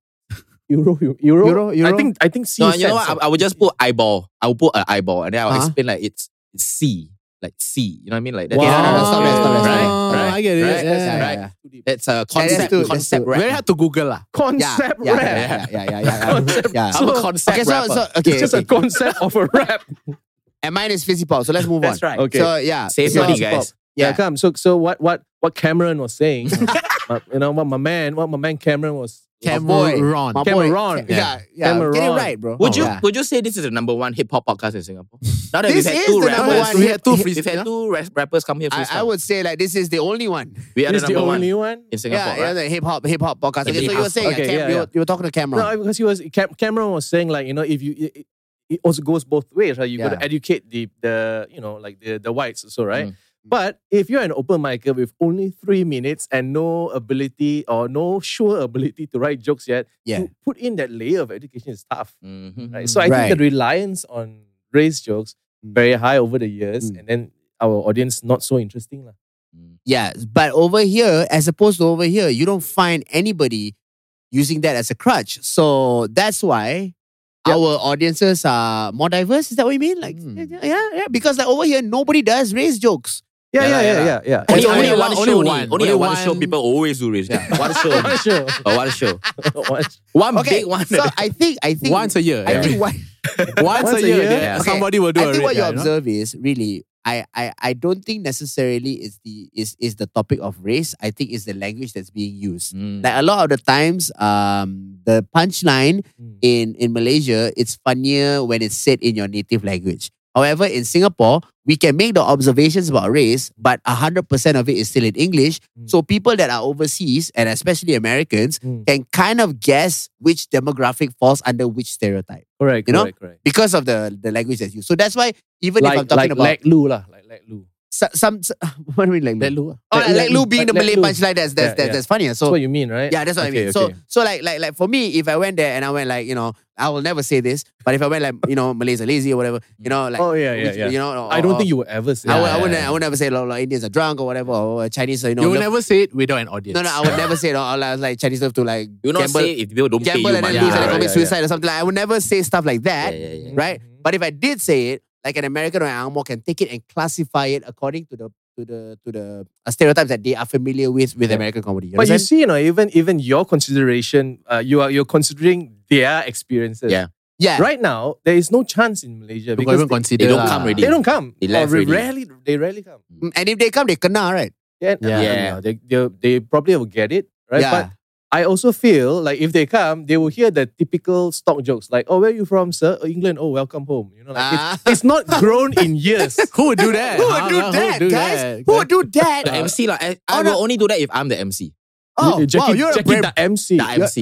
E: euro, eu- euro,
B: Euro, euro?
E: I think I think C
C: No,
E: is
C: you know
E: cents, ah.
C: what? I, I would just put eyeball. I would put an eyeball and then I'll
B: Uh-huh.
C: explain like it's it's C. Like C. You know what I mean? Like that.
B: Wow.
C: Yeah, no, no, stop that, stop that, stop
B: Right,
C: that.
B: right,
C: Right.
B: I get it.
C: right,
B: Yeah, yeah,
C: right.
B: yeah.
C: That's a concept.
B: that's true, that's
C: concept
B: true.
C: rap.
D: Very hard to Google ah. lah.
B: yeah,
E: Concept
B: yeah,
E: rap. *laughs*
B: yeah, yeah, yeah, yeah, yeah, yeah, yeah.
C: I'm a
E: So-
C: concept
B: Okay, so,
C: rapper.
B: so okay,
E: It's just
B: okay.
E: a concept of a rap.
B: and mine is fizzy pop. So let's move on.
C: That's right.
E: Okay.
B: So yeah,
C: Save
B: so,
C: money, guys.
E: Yeah,
B: Yeah.
E: come. So so what what what Cameron was saying, *laughs* my- you know what my man, what my man Cameron was.
B: boy.
D: Cameron.
B: My boy,
E: Cameron.
B: Yeah, yeah. Get it
E: Cameron.
B: right, bro. Oh,
C: Would you
B: Yeah.
C: would you say this is the number one hip hop podcast in Singapore? Now that
B: This
C: we've had
B: is
C: two
B: the
C: rappers,
B: number one
C: we
B: hip-
C: had two
B: hip-
C: free, we've had two ra- rappers come here.
B: I, I
C: freestyle.
B: would say like this is the only one.
C: We are the
E: This
C: number
E: the only
C: one
E: one.
C: in Singapore.
B: Yeah, yeah,
C: right?
B: the hip hop hip hop podcast.
C: The
B: Okay, so you were
C: hip-hop.
B: saying yeah,
E: Okay,
B: Cam,
E: yeah,
B: you,
E: yeah.
B: were, you were talking to Cameron.
E: No, because he was Cam- Cameron was saying like you know if you it, it also goes both ways right. You got
B: Yeah.
E: to educate the the you know like the the whites so right.
C: Mm.
E: But if you're an open micer with only three minutes and no ability or no sure ability to write jokes yet,
B: Yeah.
E: to put in that layer of education is tough.
C: Mhm.
E: Right? So I
B: Right.
E: think the reliance on race jokes very high over the years,
B: Mm.
E: and then our audience not so interesting lah.
B: Yeah, but over here, as opposed to over here, you don't find anybody using that as a crutch. So that's why our audiences are more diverse. Is that what you mean? Like,
D: Hmm.
B: yeah, yeah, yeah. Because like over here, nobody does race jokes.
C: Yeah
E: Yeah, yeah,
C: lah,
E: yeah,
C: yeah
E: yeah, yeah.
C: Only,
D: It's
C: only,
D: only
C: one
D: one
C: show.
D: show,
C: only,
D: one-
C: only
D: only
C: one, show.
D: one-
C: People always do race. Yeah. *laughs* one show.
E: One *laughs* show.
C: Uh, one show.
E: One
B: *laughs*
E: show.
C: One
B: Okay,
C: big one.
B: so I think I think
D: Once a year.
B: I think
D: every-
B: what
D: once, a year, then
B: Okay.
D: somebody will do
B: I
D: a
B: think
D: raid,
B: what you
D: yeah, know?
B: observe is really I, I I don't think necessarily is the is is the topic of race. I think it's the language that's being used.
C: *laughs* Mm.
B: Like a lot of the times, um, the punchline
E: Mm.
B: in in Malaysia it's funnier when it's said in your native language. However, in Singapore, we can make the observations about race, but hundred percent of it is still in English.
E: Mm.
B: So people that are overseas and especially Americans
E: Mm.
B: can kind of guess which demographic falls under which stereotype
E: Correct,
B: You know?
E: correct, correct.
B: because of the the language that's used. So that's why even if I'm
E: Like,
B: talking
E: like
B: about
E: Lek Lu lah, like Lek Lu.
B: some, some, some *laughs* what do you mean
D: Let
B: like Lu?
D: Lu-
B: Oh, like, like Lu being the Malay
E: Like Lek Lu.
B: punchline that's that's
E: Yeah,
B: that's,
E: yeah.
B: that's funnier. So
E: That's what you mean, right?
B: yeah, that's what I
E: Eh, Okay,
B: mean. So
E: okay.
B: so like like like for me, if I went there and I went like you know I will never say this, but if I went like you know Malays are lazy or whatever, you know like
E: oh yeah, yeah,
B: which-
E: yeah.
B: you know
E: I don't think you will ever say.
B: I would,
E: that.
B: I would I would never say like, like Indians are drunk or whatever or Chinese you know
D: You will
B: love-
D: never say it without an audience.
B: no no I would never say no like, like Chinese love to like
C: you not
B: gamble
C: say if people don't pay you
B: gamble and then
C: money.
B: lose and then
E: yeah,
B: commit
E: yeah,
B: suicide or something like I would never say stuff like
C: yeah,
B: that
C: yeah, yeah, yeah.
B: right?
E: Mhm.
B: But if I did say it, like an American or an Angmo can take it and classify it according to the to the to the uh, stereotypes that they are familiar with with
E: Yeah.
B: American comedy. You
E: But you
B: understand?
E: see, you know, even even your consideration, uh, you are you're considering their experiences.
C: Yeah.
B: yeah,
E: Right now, there is no chance in Malaysia
D: People
E: because
D: even
E: they, Ah.
D: consider
C: they don't
D: lah. *laughs*
C: come already.
E: they don't come.
C: They
E: Or
C: left already.
E: rarely, they rarely come.
B: Mm, And if they come, they kena right.
E: Yeah,
D: Yeah.
C: Yeah.
E: yeah. They, they they probably will get it, right?
B: Yeah.
E: But I also feel like if they come, they will hear the typical stock jokes like, "Oh, where you from, sir? Oh, England. Oh, welcome home." You know, like
B: Ah.
E: it's, it's not grown in years.
D: Who would do that?
B: *laughs* Who
D: huh?
B: would do that,
D: Who would do
B: guys?
D: that?
B: Who would do that?
C: The MC lah. I, I
B: Oh,
C: will
B: no.
C: only do that if I'm the MC.
B: oh,
E: You- Jackie,
B: wow, you're
E: Jackie
B: a brave.
E: the MC.
C: The MC.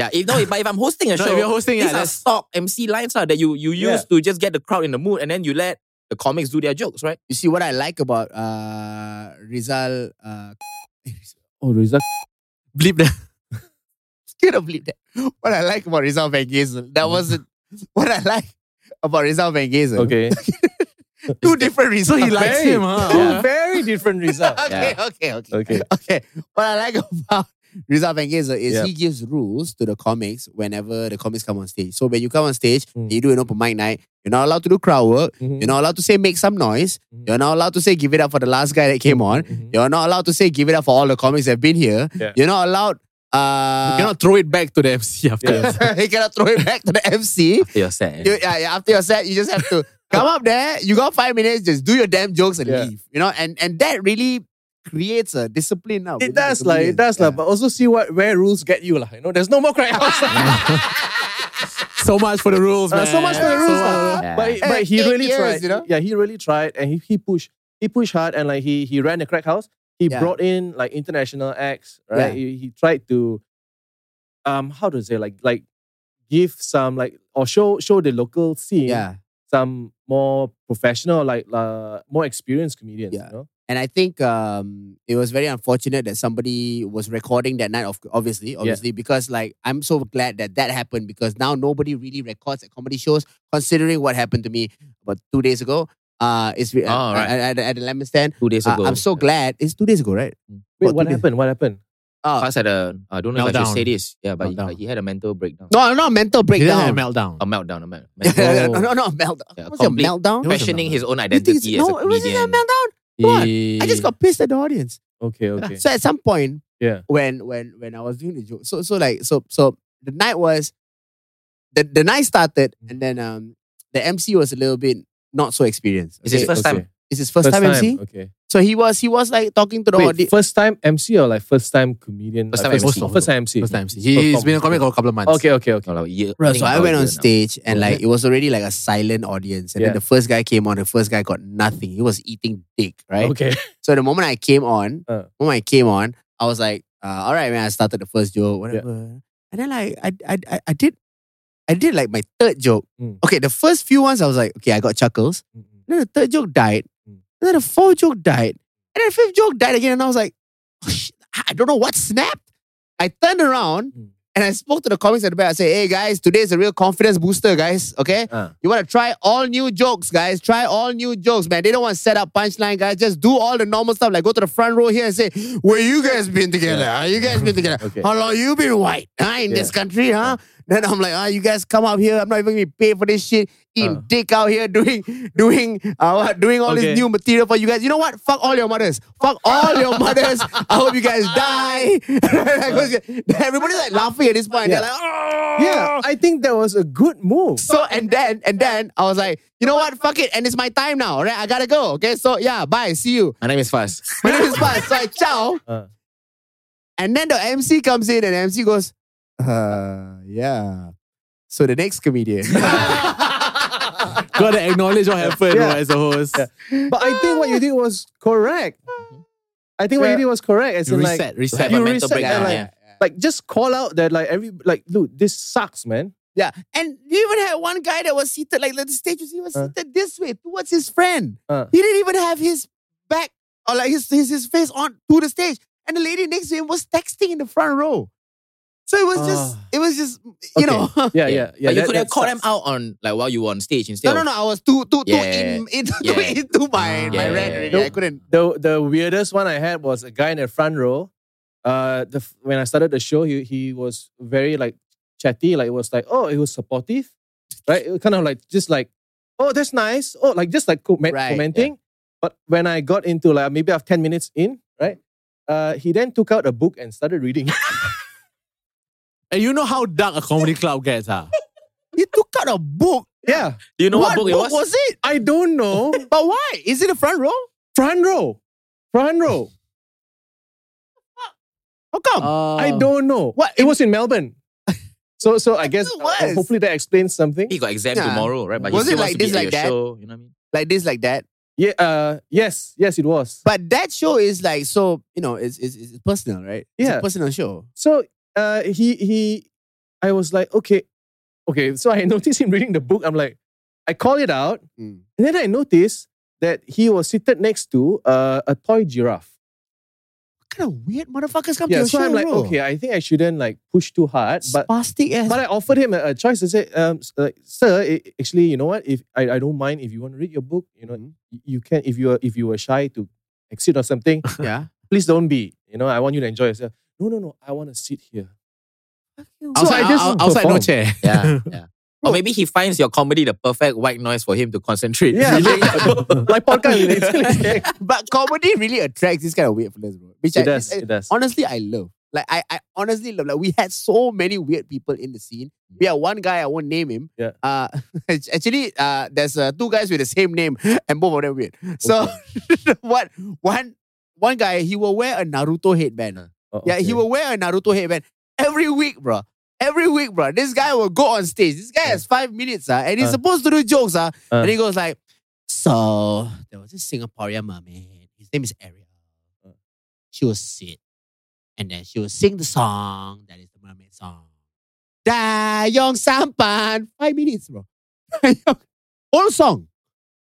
C: Yeah, if no, if, but if I'm hosting a
D: No,
C: show,
D: if you're hosting, yeah,
C: these are
D: that's-
C: stock MC lines lah that you you
E: Yeah.
C: use to just get the crowd in the mood, and then you let the comics do their jokes, right?
B: You see what I like about uh, Rizal. Uh, *laughs*
E: Oh, Rizal.
D: Bleep that.
B: scared of bleep that. *laughs* What I like about Rizal Van Gazel, that wasn't *laughs* what I like about Rizal Van Gazel.
E: Okay. *laughs*
B: two different
D: So *laughs*
B: reasons.
D: he likes him, huh?
E: Two very different Rizal.
B: *laughs* okay, okay, okay.
E: Okay.
B: *laughs* Okay. What I like *laughs* about Rizal Vengezer is
E: Yeah.
B: he gives rules to the comics whenever the comics come on stage. So when you come on stage,
E: Mm.
B: you do an open mic night, you're not allowed to do crowd work,
E: Mm-hmm.
B: you're not allowed to say make some noise,
E: Mhm.
B: you're not allowed to say give it up for the last guy that came on,
E: Mhm.
B: you're not allowed to say give it up for all the comics that have been here,
E: Yeah.
B: you're not allowed uh
D: You cannot throw it back to the MC after.
B: *laughs*
E: Yeah. *laughs*
B: you cannot throw it back to the MC.
C: You're sad. eh.
B: You- yeah, yeah, after your set, you just have
E: *laughs*
B: to come up there. You got five minutes, just do your damn jokes and
E: Yeah.
B: leave. You know, and and that really creates a discipline uh, now.
E: It does like it does like, but also see what where rules get you like. You know, there's no more cry outs.
B: *laughs*
D: *laughs* So much for the rules, man.
E: Uh, so much for the rules. lah.
C: Yeah.
E: But,
B: Eh,
E: but he
B: eight
E: really
B: years,
E: tried.
B: you know?
E: Yeah, he really tried and he, he pushed. He pushed hard and like he he ran a crack house. He
B: Yeah.
E: brought in like international acts, right? He, he tried to um how to say like like give some like or show show the local scene
B: yeah.
E: some more professional like uh, more experienced comedians,
B: Yeah.
E: you know?
B: And I think um, it was very unfortunate that somebody was recording that night. Of obviously, obviously, because like I'm so glad that that happened because now nobody really records at comedy shows. Considering what happened to me about two days ago, uh, it's oh,
C: Oh, right.
B: at, at, at the lemon stand.
C: Two days
D: Ah,
B: Uh,
C: ago.
B: I'm so glad it's two days ago, right? About
E: Wait, what
B: two days-
E: happened? What happened?
B: Uh,
C: Faz had a, I don't know if I should
D: Meltdown.
C: say this. Yeah, but he,
D: Meltdown.
C: but he had a mental breakdown.
B: no, no, mental
D: He didn't have
B: breakdown.
D: a meltdown.
C: A meltdown, a mel-
B: *laughs* no,
C: meltdown.
B: no, no, meltdown.
C: Yeah,
B: What's your
C: complete-
B: meltdown?
C: *laughs* Questioning his own
B: You think it's-
C: identity as a
B: no, it wasn't a
C: comedian.
B: meltdown. What? I just got pissed at the audience.
E: Okay, okay.
B: So at some point,
E: Yeah.
B: when when when I was doing the joke, so so like so so the night was, the the night started,
E: Mm.
B: and then um the MC was a little bit not so experienced.
C: It's his
B: okay?
C: first
E: okay.
C: time.
B: It's his first, time, MC.
E: Okay.
B: So he was he was like talking to the
E: Wait,
B: audience.
E: first time MC or like first time comedian?
C: First
E: Like,
C: time
E: first,
D: MC.
E: first time MC.
D: First time. He's been a comic for a couple of months.
E: Okay, okay, okay.
C: No, like a year-
B: Bro,
C: think
B: so I
C: about
B: went
C: a
B: on
C: year now.
B: stage and
E: Okay.
B: like it was already like a silent audience. And
E: Yeah.
B: then the first guy came on, the first guy got nothing. He was eating dick, right?
E: Okay.
B: So the moment I came on,
E: Uh.
B: the moment I came on, I was like, uh, all right, man, I started the first joke, whatever. And then like I, I I I did I did like my third joke.
E: Mm.
B: Okay, the first few ones I was like, okay, I got chuckles.
E: Mm-hmm.
B: And then the third joke died.
E: Mm.
B: And then the fourth joke died. And then the fifth joke died again. And I was like, oh, shit, I don't know what snapped. I turned around
E: Mm.
B: and I spoke to the comics at the back. I said, hey guys, today is a real confidence booster, guys. Okay?
E: Ah.
B: You want to try all new jokes, guys. Try all new jokes, man. They don't want to set up punchline, guys. Just do all the normal stuff. Like go to the front row here and say, where you guys been together? Huh? You guys been together?
E: *laughs* Okay.
B: How long you been white huh? in this country, huh? Then I'm like, ah, you guys come up here. I'm not even gonna be paid for this shit. Eating
E: Uh.
B: dick out here, doing, doing, uh, what, doing all this
E: Okay.
B: new material for you guys. You know what? Fuck all your mothers. Fuck all your
E: *laughs*
B: mothers. I hope you guys die. *laughs* Everybody's like laughing at this point.
E: Uh. Yeah.
B: They're like, oh.
E: Yeah, I think that was a good move.
B: So and then and then I was like, you know what? Fuck it. And it's my time now. All right, I gotta go. Okay, so yeah, bye. See you.
C: My name is Faz.
B: My name is Buzz. So I ciao.
E: Uh.
B: And then the MC comes in and MC goes, uh, yeah. So the next comedian. *laughs*
D: *laughs* Gotta acknowledge what happened
E: Yeah.
D: bro, as a host.
E: Yeah. But I think what you did was correct. I think what
B: Yeah.
E: you did was correct. As
D: You
E: in,
D: reset,
E: like,
D: reset.
C: You
D: Have a
E: you
C: mental
E: reset and
C: breakdown,
E: like,
C: yeah.
E: like just call out that like every like dude, this sucks, man.
B: yeah. And you even had one guy that was seated, like the stage was, he was
E: Uh.
B: seated this way towards his friend.
E: Uh.
B: He didn't even have his back or like his, his, his face on to the stage. And the lady next to him was texting in the front row. So it was just,
E: Ah.
B: it was just, you
E: Okay.
B: know. *laughs*
E: Yeah, yeah, yeah.
C: But you
E: that-
C: could have
E: that
C: called him
E: sucks.
C: out on like while you were on stage instead.
B: No, no,
C: of-
B: no. I was too, too,
C: Yeah.
B: too in, *laughs* into,
C: Yeah.
B: into my,
D: Ah.
B: my
C: Yeah.
B: rant already. I
E: Nope.
B: couldn't.
E: The the weirdest one I had was a guy in the front row. Uh, the f- when I started the show, he he was very like chatty. Like it was like oh, he was supportive, right? It was kind of like just like oh, that's nice. Oh, like just like comment,
B: Right, yeah.
E: commenting. But when I got into like maybe after ten minutes in, right? Uh, he then took out a book and started
D: *laughs*
E: reading. *laughs*
D: And you know how dark a comedy club gets, huh?
B: He took out a book.
E: yeah,
C: Do you know what, book, it was?
B: was? it?
E: I don't know.
B: But why? Is it the front row?
E: front row, front row.
B: How come?
C: Uh.
D: Um, *laughs*
E: I don't know.
B: Oh. What?
E: It was
B: *laughs*
E: in Melbourne. So so I guess
B: It
E: uh,
B: was.
E: hopefully that explains something.
C: He got exam
B: Yeah.
C: tomorrow, right? But
B: Was
C: he
B: it
C: still
B: like
C: wants to be
B: this,
C: at
B: like
C: your
B: that?
C: Show, you know what I mean?
B: like this, like that.
E: Yeah. Uh. Yes. Yes. It was.
B: But that show is like so, you know, it's it's, it's personal, right? It's
E: Yeah.
B: a personal show.
E: So uh, he he, I was like, okay, okay. So I *laughs* noticed him reading the book. I'm like, I call it out,
B: Mm.
E: and then I noticed that he was seated next to uh, a toy giraffe.
B: What kind of weird motherfuckers come to
E: Yeah.
B: your
E: So
B: show,
E: I'm like,
B: bro?
E: okay, I think I shouldn't like push too hard, but.
B: Spastic ass.
E: But I offered him a, a choice. I said, um, s- uh, "Sir, i- actually, you know what? If I, I don't mind if you want to read your book, you know, y- you can. If you are if you were shy to exit or something,
B: yeah.
E: please don't be. You know, I want you to enjoy yourself. No, no, no. I want to sit here. So
D: Outside,
E: I just
D: out- outside no
E: performed.
D: chair.
E: *laughs*
C: Yeah, yeah. Or maybe he finds your comedy the perfect white noise for him to concentrate.
E: Yeah, *laughs* like podcast.
B: *laughs* but comedy really attracts this kind of weirdness, bro. Which I,
E: it does.
B: I-
E: It does.
B: honestly I love. Like I, I honestly love. Like we had so many weird people in the scene. We had one guy I won't name him.
E: Yeah.
B: Uh, *laughs* actually, uh, there's uh, two guys with the same name, *laughs* and both of them weird. So what *laughs* one one guy he will wear a Naruto headband.
E: Oh,
B: Yeah, he
E: okay.
B: will wear a Naruto headband every week, bro. Every week, bro. This guy will go on stage. This guy has five minutes, uh, and he's
E: Uh.
B: supposed to do jokes, uh,
E: Uh.
B: and he goes like, "So there was this Singaporean mermaid. His name is Ariel.
E: Uh.
B: She will sit, and then she will sing the song that is the mermaid song. *laughs* Da Yong Sampan. Five minutes, bro. Whole song.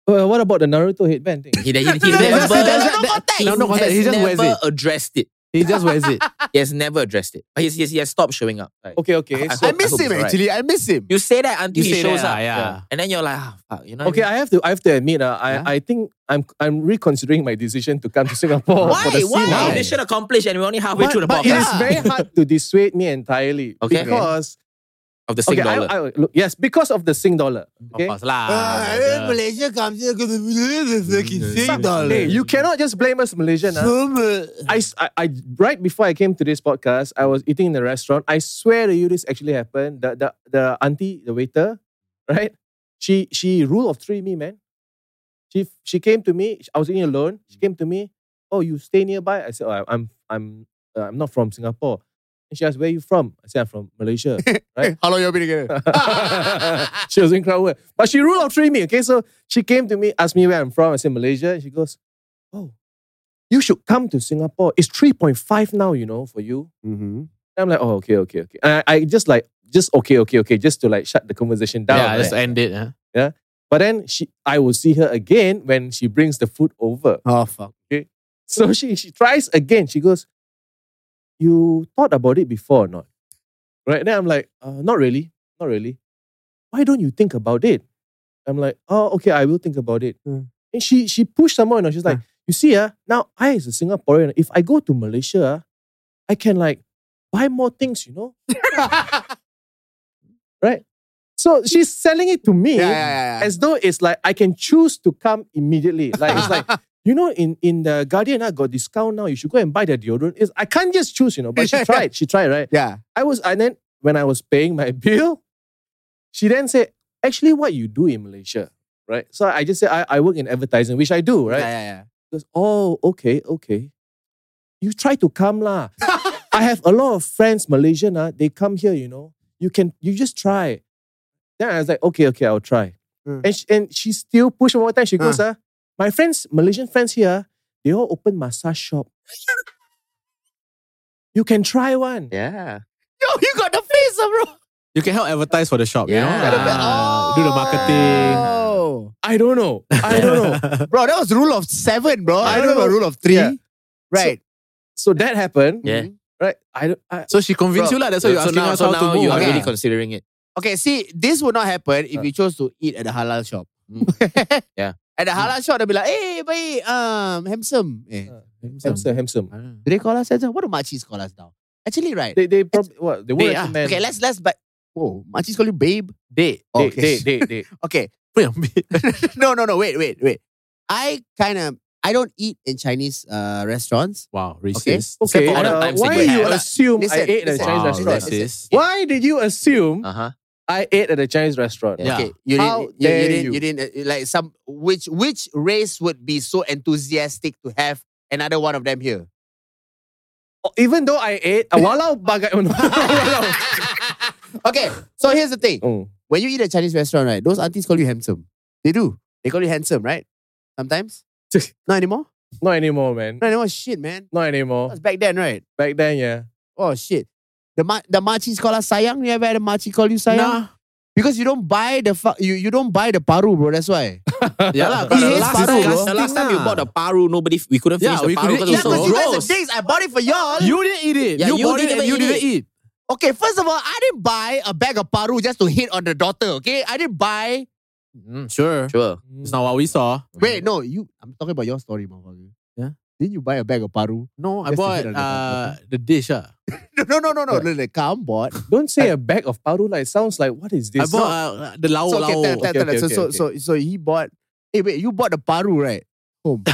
E: Well, what about the Naruto headband thing?
C: *laughs* He, he, he never,
D: That's- that's-
C: *laughs*
D: that-
C: he
D: no, no contact. He
C: has
D: just wears
C: never
D: it.
C: addressed it.
D: He just wears it.
C: *laughs* He has never addressed it. He's, he's, he has stopped showing up. Like,
E: Okay, okay.
C: I-
E: So,
B: I miss
C: hope
B: him
C: it's alright.
B: actually. I miss him.
C: You say that until
D: You
C: he
D: say
C: shows
D: that,
C: up.
D: ah, yeah.
C: And then you're like, ah, fuck. You know
E: okay,
C: what
E: I have to I have to admit, uh, I,
D: Yeah?
E: I think I'm I'm reconsidering my decision to come to Singapore. *laughs*
C: I
E: For
C: mean?
E: the
C: Why? Why?
E: C1.
D: Why?
C: Mission accomplished and we're only halfway
E: But,
C: through the
E: but
C: podcast.
E: it is very hard to dissuade me entirely
C: *laughs* Okay.
E: because
C: Of the Sing
E: okay, I-
C: dollar.
E: I- look, yes, because of the Sing dollar. Okay?
D: Of course lah.
B: Ah, when Malaysia comes here because the fucking sing
E: Hey, you cannot just blame us
B: uh,
E: Malaysian.
B: *laughs*
E: ah. I, s- I- I- right before I came to this podcast, I was eating in the restaurant. I swear to you, this actually happened. The the the auntie, the waiter, right? She she rule of three me, man. She she came to me. I was eating alone. She came to me. Oh, you stay nearby? I said, oh, I'm I'm uh, I'm not from Singapore. And she asked, where you from? I said, I'm from Malaysia.
B: How long you been together?
E: *laughs* she was in Crowdwood. But she ruled out three me. Okay, so she came to me, asked me where I'm from. I said Malaysia. And she goes, Oh, you should come to Singapore. It's 3.5 now, you know, for you.
B: Mm-hmm.
E: And I'm like, oh, okay, okay, okay. And I, I just like, just okay, okay, okay, just to like shut the conversation down.
D: Yeah,
E: right?
D: just end it. huh?
E: But then she I will see her again when she brings the food over.
B: Oh fuck.
E: So *laughs* she she tries again. She goes, "You thought about it before or not?" Right? Then I'm like, uh, "Not really, not really." Why don't you think about it? I'm like, "Oh, okay, I will think about it."
B: Mm.
E: And she she pushed some more. You know, she's like,
B: Hmm.
E: "You see, ah, now I as a Singaporean, if I go to Malaysia, ah, I can like buy more things, you
B: *laughs*
E: know." right? So she's selling it to me
B: Yeah, yeah, yeah. yeah.
E: as though it's like I can choose to come immediately. Like it's
B: *laughs*
E: like you know, in in the Guardian, I got discount now. You should go and buy the deodorant. It's, I can't just choose, you know.
B: *laughs*
E: But she tried, she tried, right?
B: yeah.
E: I was, and then when I was paying my *laughs* bill, she then said, "Actually, what you do in Malaysia, right?" So I just said, "I, I work in advertising, which I do, right?"
B: Yeah, yeah,
E: She goes, "Oh, okay, okay. You try to come lah. I have a lot of friends Malaysian ah. They come here, you know. You can, you just try." Then I was like, "Okay, okay, I'll try."
B: Mm.
E: And she, and she still push one more time. She goes, "Ah, my friends, Malaysian friends here, ah, they all open massage shop. you can try one."
C: yeah.
B: Yo, you got the face, bro.
D: You can help advertise for the shop, you
C: Yeah.
D: know? Ah, Do the marketing.
B: Oh.
E: I don't know. I don't know.
B: Bro, that was rule of seven, bro. I
E: I
B: don't
E: don't
B: know rule of three.
E: Yeah.
B: Right.
E: So that happened.
C: Yeah.
E: Right. I don't. I,
D: So she convinced you lah. That's why you're
C: so
D: asking
C: now,
D: us
C: so
D: how
C: now
D: to move.
C: you are
B: Okay.
C: really considering it.
B: Okay, see, this would not happen if
E: Uh.
B: you chose to eat at a halal shop.
C: Mm. Yeah.
B: At a halal shop, they'll be like, hey, babe, um, handsome. Eh.
E: Uh, handsome, handsome.
D: Ah.
B: Do they call us handsome? What do machis call us now? Actually, right.
E: They, they probably what they won't
D: They are.
E: recommend.
B: ah, okay, let's let's but whoa, machis call you babe.
D: Date.
E: They,
B: okay.
E: they, they, they.
B: Okay.
D: Wait a minute.
B: *laughs* no, no, no, wait, wait, wait. I kind of I don't eat in Chinese uh restaurants.
D: Wow,
B: Okay.
D: racist.
E: Okay,
C: all the
E: uh,
C: times
E: why
C: that you
E: you
C: had.
E: assume
B: Listen,
E: I ate at a
B: listen,
E: Chinese
D: wow,
B: listen,
E: restaurant?
B: listen.
D: racist.
E: Why did you assume
C: Uh huh.
E: I ate at a Chinese restaurant?
D: Yeah.
B: Okay, you
E: How
B: didn't, you, you
E: dare
B: didn't,
E: you.
B: you didn't uh, like some which which race would be so enthusiastic to have another one of them here? *laughs*
E: Oh, Even though I ate, uh, walau bagai. *laughs* Oh, no.
D: *laughs*
B: okay, so here's the thing:
E: Mm.
B: when you eat at Chinese restaurant, right? Those aunties call you handsome. They do. They call you handsome, right? Sometimes. *laughs* Not anymore.
E: Not anymore, man.
B: Not anymore. Shit, man.
E: Not
B: That
E: anymore.
B: was back then, right?
E: Back then, yeah.
B: Oh shit. The ma- the machis call us sayang. You ever had a machi call you sayang?
D: Nah.
B: Because you don't buy the fu- you you don't buy the paru, bro. That's
D: *laughs*
B: why.
D: Yeah *laughs* lah.
B: He
D: the
B: hates
D: last
B: paru,
D: time-
B: bro.
D: the
C: The last time you
D: lah.
C: bought a paru, nobody we couldn't
D: Yeah,
C: finish the
D: we
C: paru
D: couldn't
C: because
D: eat
B: Yeah,
C: it was
D: so
B: because
C: so
B: you guys
D: gross.
B: are dicks. I bought it for y'all.
D: You didn't eat it.
C: Yeah,
D: you,
C: you
D: bought it
C: didn't
D: and you
C: eat
D: didn't
C: it.
D: eat.
B: okay, first of all, I didn't buy a bag of paru just to hit on the daughter. Okay, I didn't buy.
D: Mm, sure.
C: Sure.
D: It's not what we saw.
B: Wait, no, you. I'm talking about your story, motherfucker.
D: Yeah?
B: Didn't you buy a bag of paru? *laughs*
D: No, I
B: Just to
D: bought
B: hit on the
D: uh, the dish. Uh.
B: No, no, no, no, no. no, no come on.
E: Don't say a bag of paru like it sounds like what is this?
D: I bought uh, the lao
B: so,
D: lao.
B: okay, tell, tell,
E: Okay,
B: tell us.
E: okay,
B: so,
E: okay,
B: so,
E: okay.
B: so, so he bought. Hey, wait, you bought the paru, right? Home.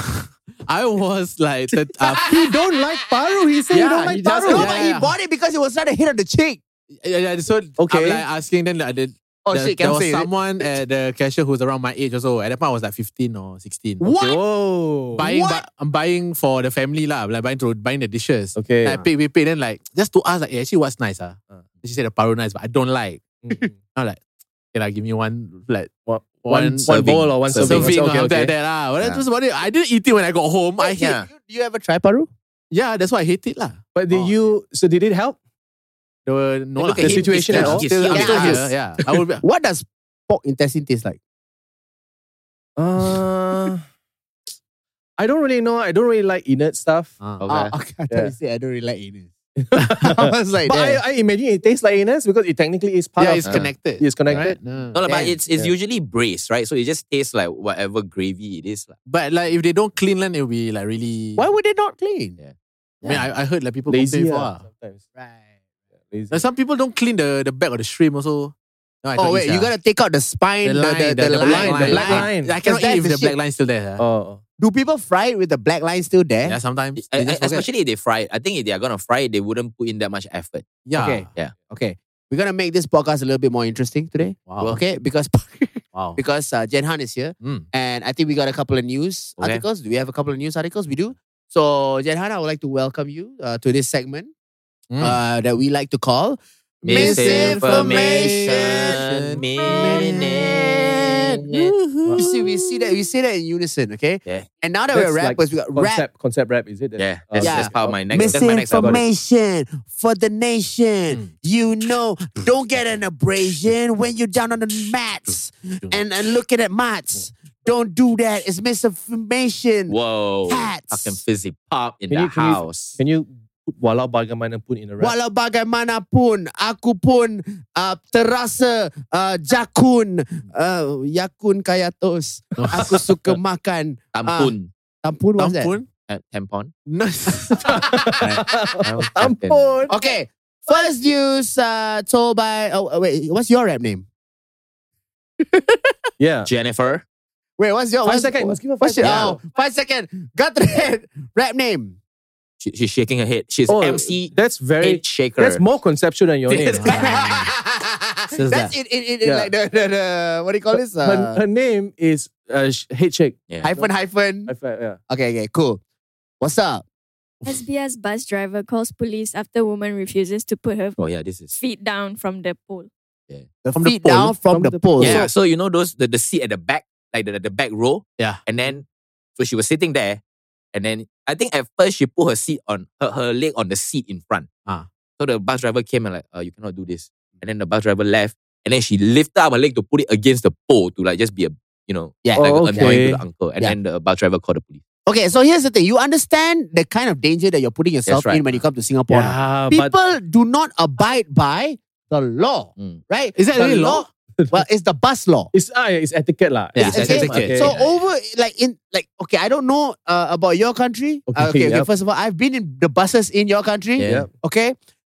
D: I was like, that,
B: *laughs*
D: uh,
E: you don't like paru. He said you
D: Yeah,
E: don't like
D: he
E: paru.
D: doesn't.
B: no,
D: yeah,
B: but
D: yeah.
B: he bought it because he was trying to hit on the chick.
D: yeah, yeah, so
E: Okay.
D: I'm like asking them. Like, the,
B: Oh
D: the,
B: shit,
D: there
B: can
D: was
B: say it.
D: someone at the cashier who's around my age also. At that point, I was like 15 or 16.
B: What?
E: Whoa.
D: Buying,
B: What?
D: bu- I'm buying for the family lah. Like buying to buying the dishes.
E: Okay.
D: Like, I pay, pay, pay. Then like just to ask like, eh, actually, what's nice ah? Then She said the paru nice, but I don't like.
E: Mm.
D: I'm like, can I give me one like
E: One-
D: *laughs* one
E: one
D: serving.
E: bowl or one serving.
D: Serving
E: Okay,
D: or
E: okay.
D: that, that lah. But
B: Yeah.
D: that's just about it. I didn't eat it when I got home. I hate.
B: yeah. you, you ever try paru?
D: Yeah, that's why I hate it lah.
E: But did
B: Oh,
E: you? So did it help?
D: There were no lah.
C: Look at
E: The
C: him,
E: situation
C: he's
E: at all?
C: he's
D: Still, I'm
B: Yeah.
D: still
B: Yeah.
D: here. Yeah, I would. Be,
B: What does pork intestine taste like?
E: Uh, I don't really know. I don't really like inert stuff.
D: Ah.
C: Okay.
B: Ah, okay. I thought
E: Yeah.
B: you said I don't really like anus. I was like,
E: but I,
B: damn.
E: I imagine it tastes like anus because it technically is part
D: Yeah,
E: of
D: it's
C: Uh,
D: connected.
E: it's connected.
D: right? No.
C: No, lah, but
B: Damn.
C: it's it's
E: Yeah.
C: usually braised, right? So it just tastes like whatever gravy it is. lah.
D: But like if they don't clean then it'll be like really
B: why would they not clean?
C: Yeah.
D: I mean I, I heard like people
E: Lazy.
D: complain before.
E: ah,
D: ah.
E: sometimes.
B: Right.
E: Lazy.
D: Like, some people don't clean the, the back of the shrimp also. No, I
B: Oh
D: don't
B: wait,
D: eat,
B: you
D: ah.
B: gotta take out the spine,
D: The
B: the,
D: line,
B: the,
D: the- the
B: line,
D: black
B: the
D: line.
B: black
E: Black
B: line.
E: line.
D: I cannot
B: that's
D: eat if
B: the
D: the
B: shit.
D: black line's still there. ah.
E: Oh.
B: Do people fry it with the black line still there?
D: Yeah, sometimes.
C: I-
D: they
C: I-
D: just forget.
C: E-, especially if they fry it. I think if they are gonna fry it, they wouldn't put in that much effort.
D: yeah.
B: Okay.
C: Yeah.
B: Okay. We're gonna make this podcast a little bit more interesting today.
D: Wow.
B: Okay, because *laughs*
D: Wow.
B: because uh, Jen Han is here,
D: Mm.
B: and I think we got a couple of news
C: Okay.
B: articles. Do we have a couple of news articles? We do. So Jen Han, I would like to welcome you uh, to this segment
C: Hmm.
D: Mm.
B: uh, that we like to call
D: Misinformation
C: Minute.
B: You see, we see that we say that in unison, okay?
C: Yeah.
B: And now that
E: That's
B: we're
E: like
B: rappers, we got rap
E: Concept, concept rap, is it?
C: Yeah, that's,
B: Yeah.
C: Uh, that's part of my next. That's my next Hmm. album.
B: Misinformation for the nation. You know, don't get an abrasion when you're down on the mats
C: Hmm.
B: and, and looking at mats. Don't do that. It's misinformation.
C: Whoa,
B: Hats.
C: fucking fizzy pop in
E: Can
C: the
E: you- can you-
C: house.
E: Can you put walau bagaimana pun in
B: *laughs*
E: a rap?
B: Walau bagaimanapun, aku pun uh, terasa uh, jakun, uh, yakun kaya tos. Aku suka makan.
C: Tampon,
B: Tampun, what's that?
D: Tampun?
C: uh, tampon.
D: No.
E: *laughs* Tampon.
B: *laughs* Okay. First news uh, told by... Oh, wait, what's your rap name?
E: Yeah.
C: Jennifer.
B: Wait, what's your...
E: Five
B: what's,
E: second, must give her five
B: what's your,
E: second.
B: Oh, five second. Got the head. Rap name.
C: She, she's shaking her head. She's MC
E: Oh, That's very.
C: head shaker.
E: That's more conceptual than your name.
D: Says
B: That's
D: that.
B: it, it, it,
E: Yeah.
B: like the, the, the, what do you call this?
E: her,
B: Uh,
E: her name is uh, Sh- Head Shake.
C: Yeah.
B: hyphen, hyphen.
E: I felt, yeah.
B: Okay, okay, cool. What's up?
F: SBS bus driver calls police after woman refuses to put her
C: Oh yeah, this is.
F: feet down from the pole.
B: The
D: From the
B: feet
D: pole?
B: down from,
E: From
B: the,
E: the
B: pole.
E: pole.
C: Yeah, so you know those the, the seat at the back, like the, the back row.
D: Yeah.
C: And then so she was sitting there, and then I think at first she put her seat on her, her leg on the seat in front.
D: Ah.
C: So the bus driver came and like, uh, you cannot do this. And then the bus driver left, and then she lifted up her leg to put it against the pole to like just be a you know
B: Yeah.
C: like
E: Oh,
C: annoying to
E: okay.
C: the uncle. And
B: Yeah.
C: then the bus driver called the police.
B: Okay, so here's the thing. You understand the kind of danger that you're putting yourself
C: That's right.
B: in when you come to Singapore.
E: Yeah,
B: People
E: but
B: do not abide by the law,
C: Mm.
B: right?
D: Is that
B: the
D: really law?
B: well, it's the bus law.
E: it's, ah, it's etiquette. lah.
C: Yeah,
E: It's
C: it's etiquette.
B: So
E: Okay.
C: Yeah.
B: over like in like okay, I don't know uh, about your country. Uh,
E: Okay,
B: Okay, okay,
E: yep.
B: First of all, I've been in the buses in your country.
C: Yeah.
B: Okay,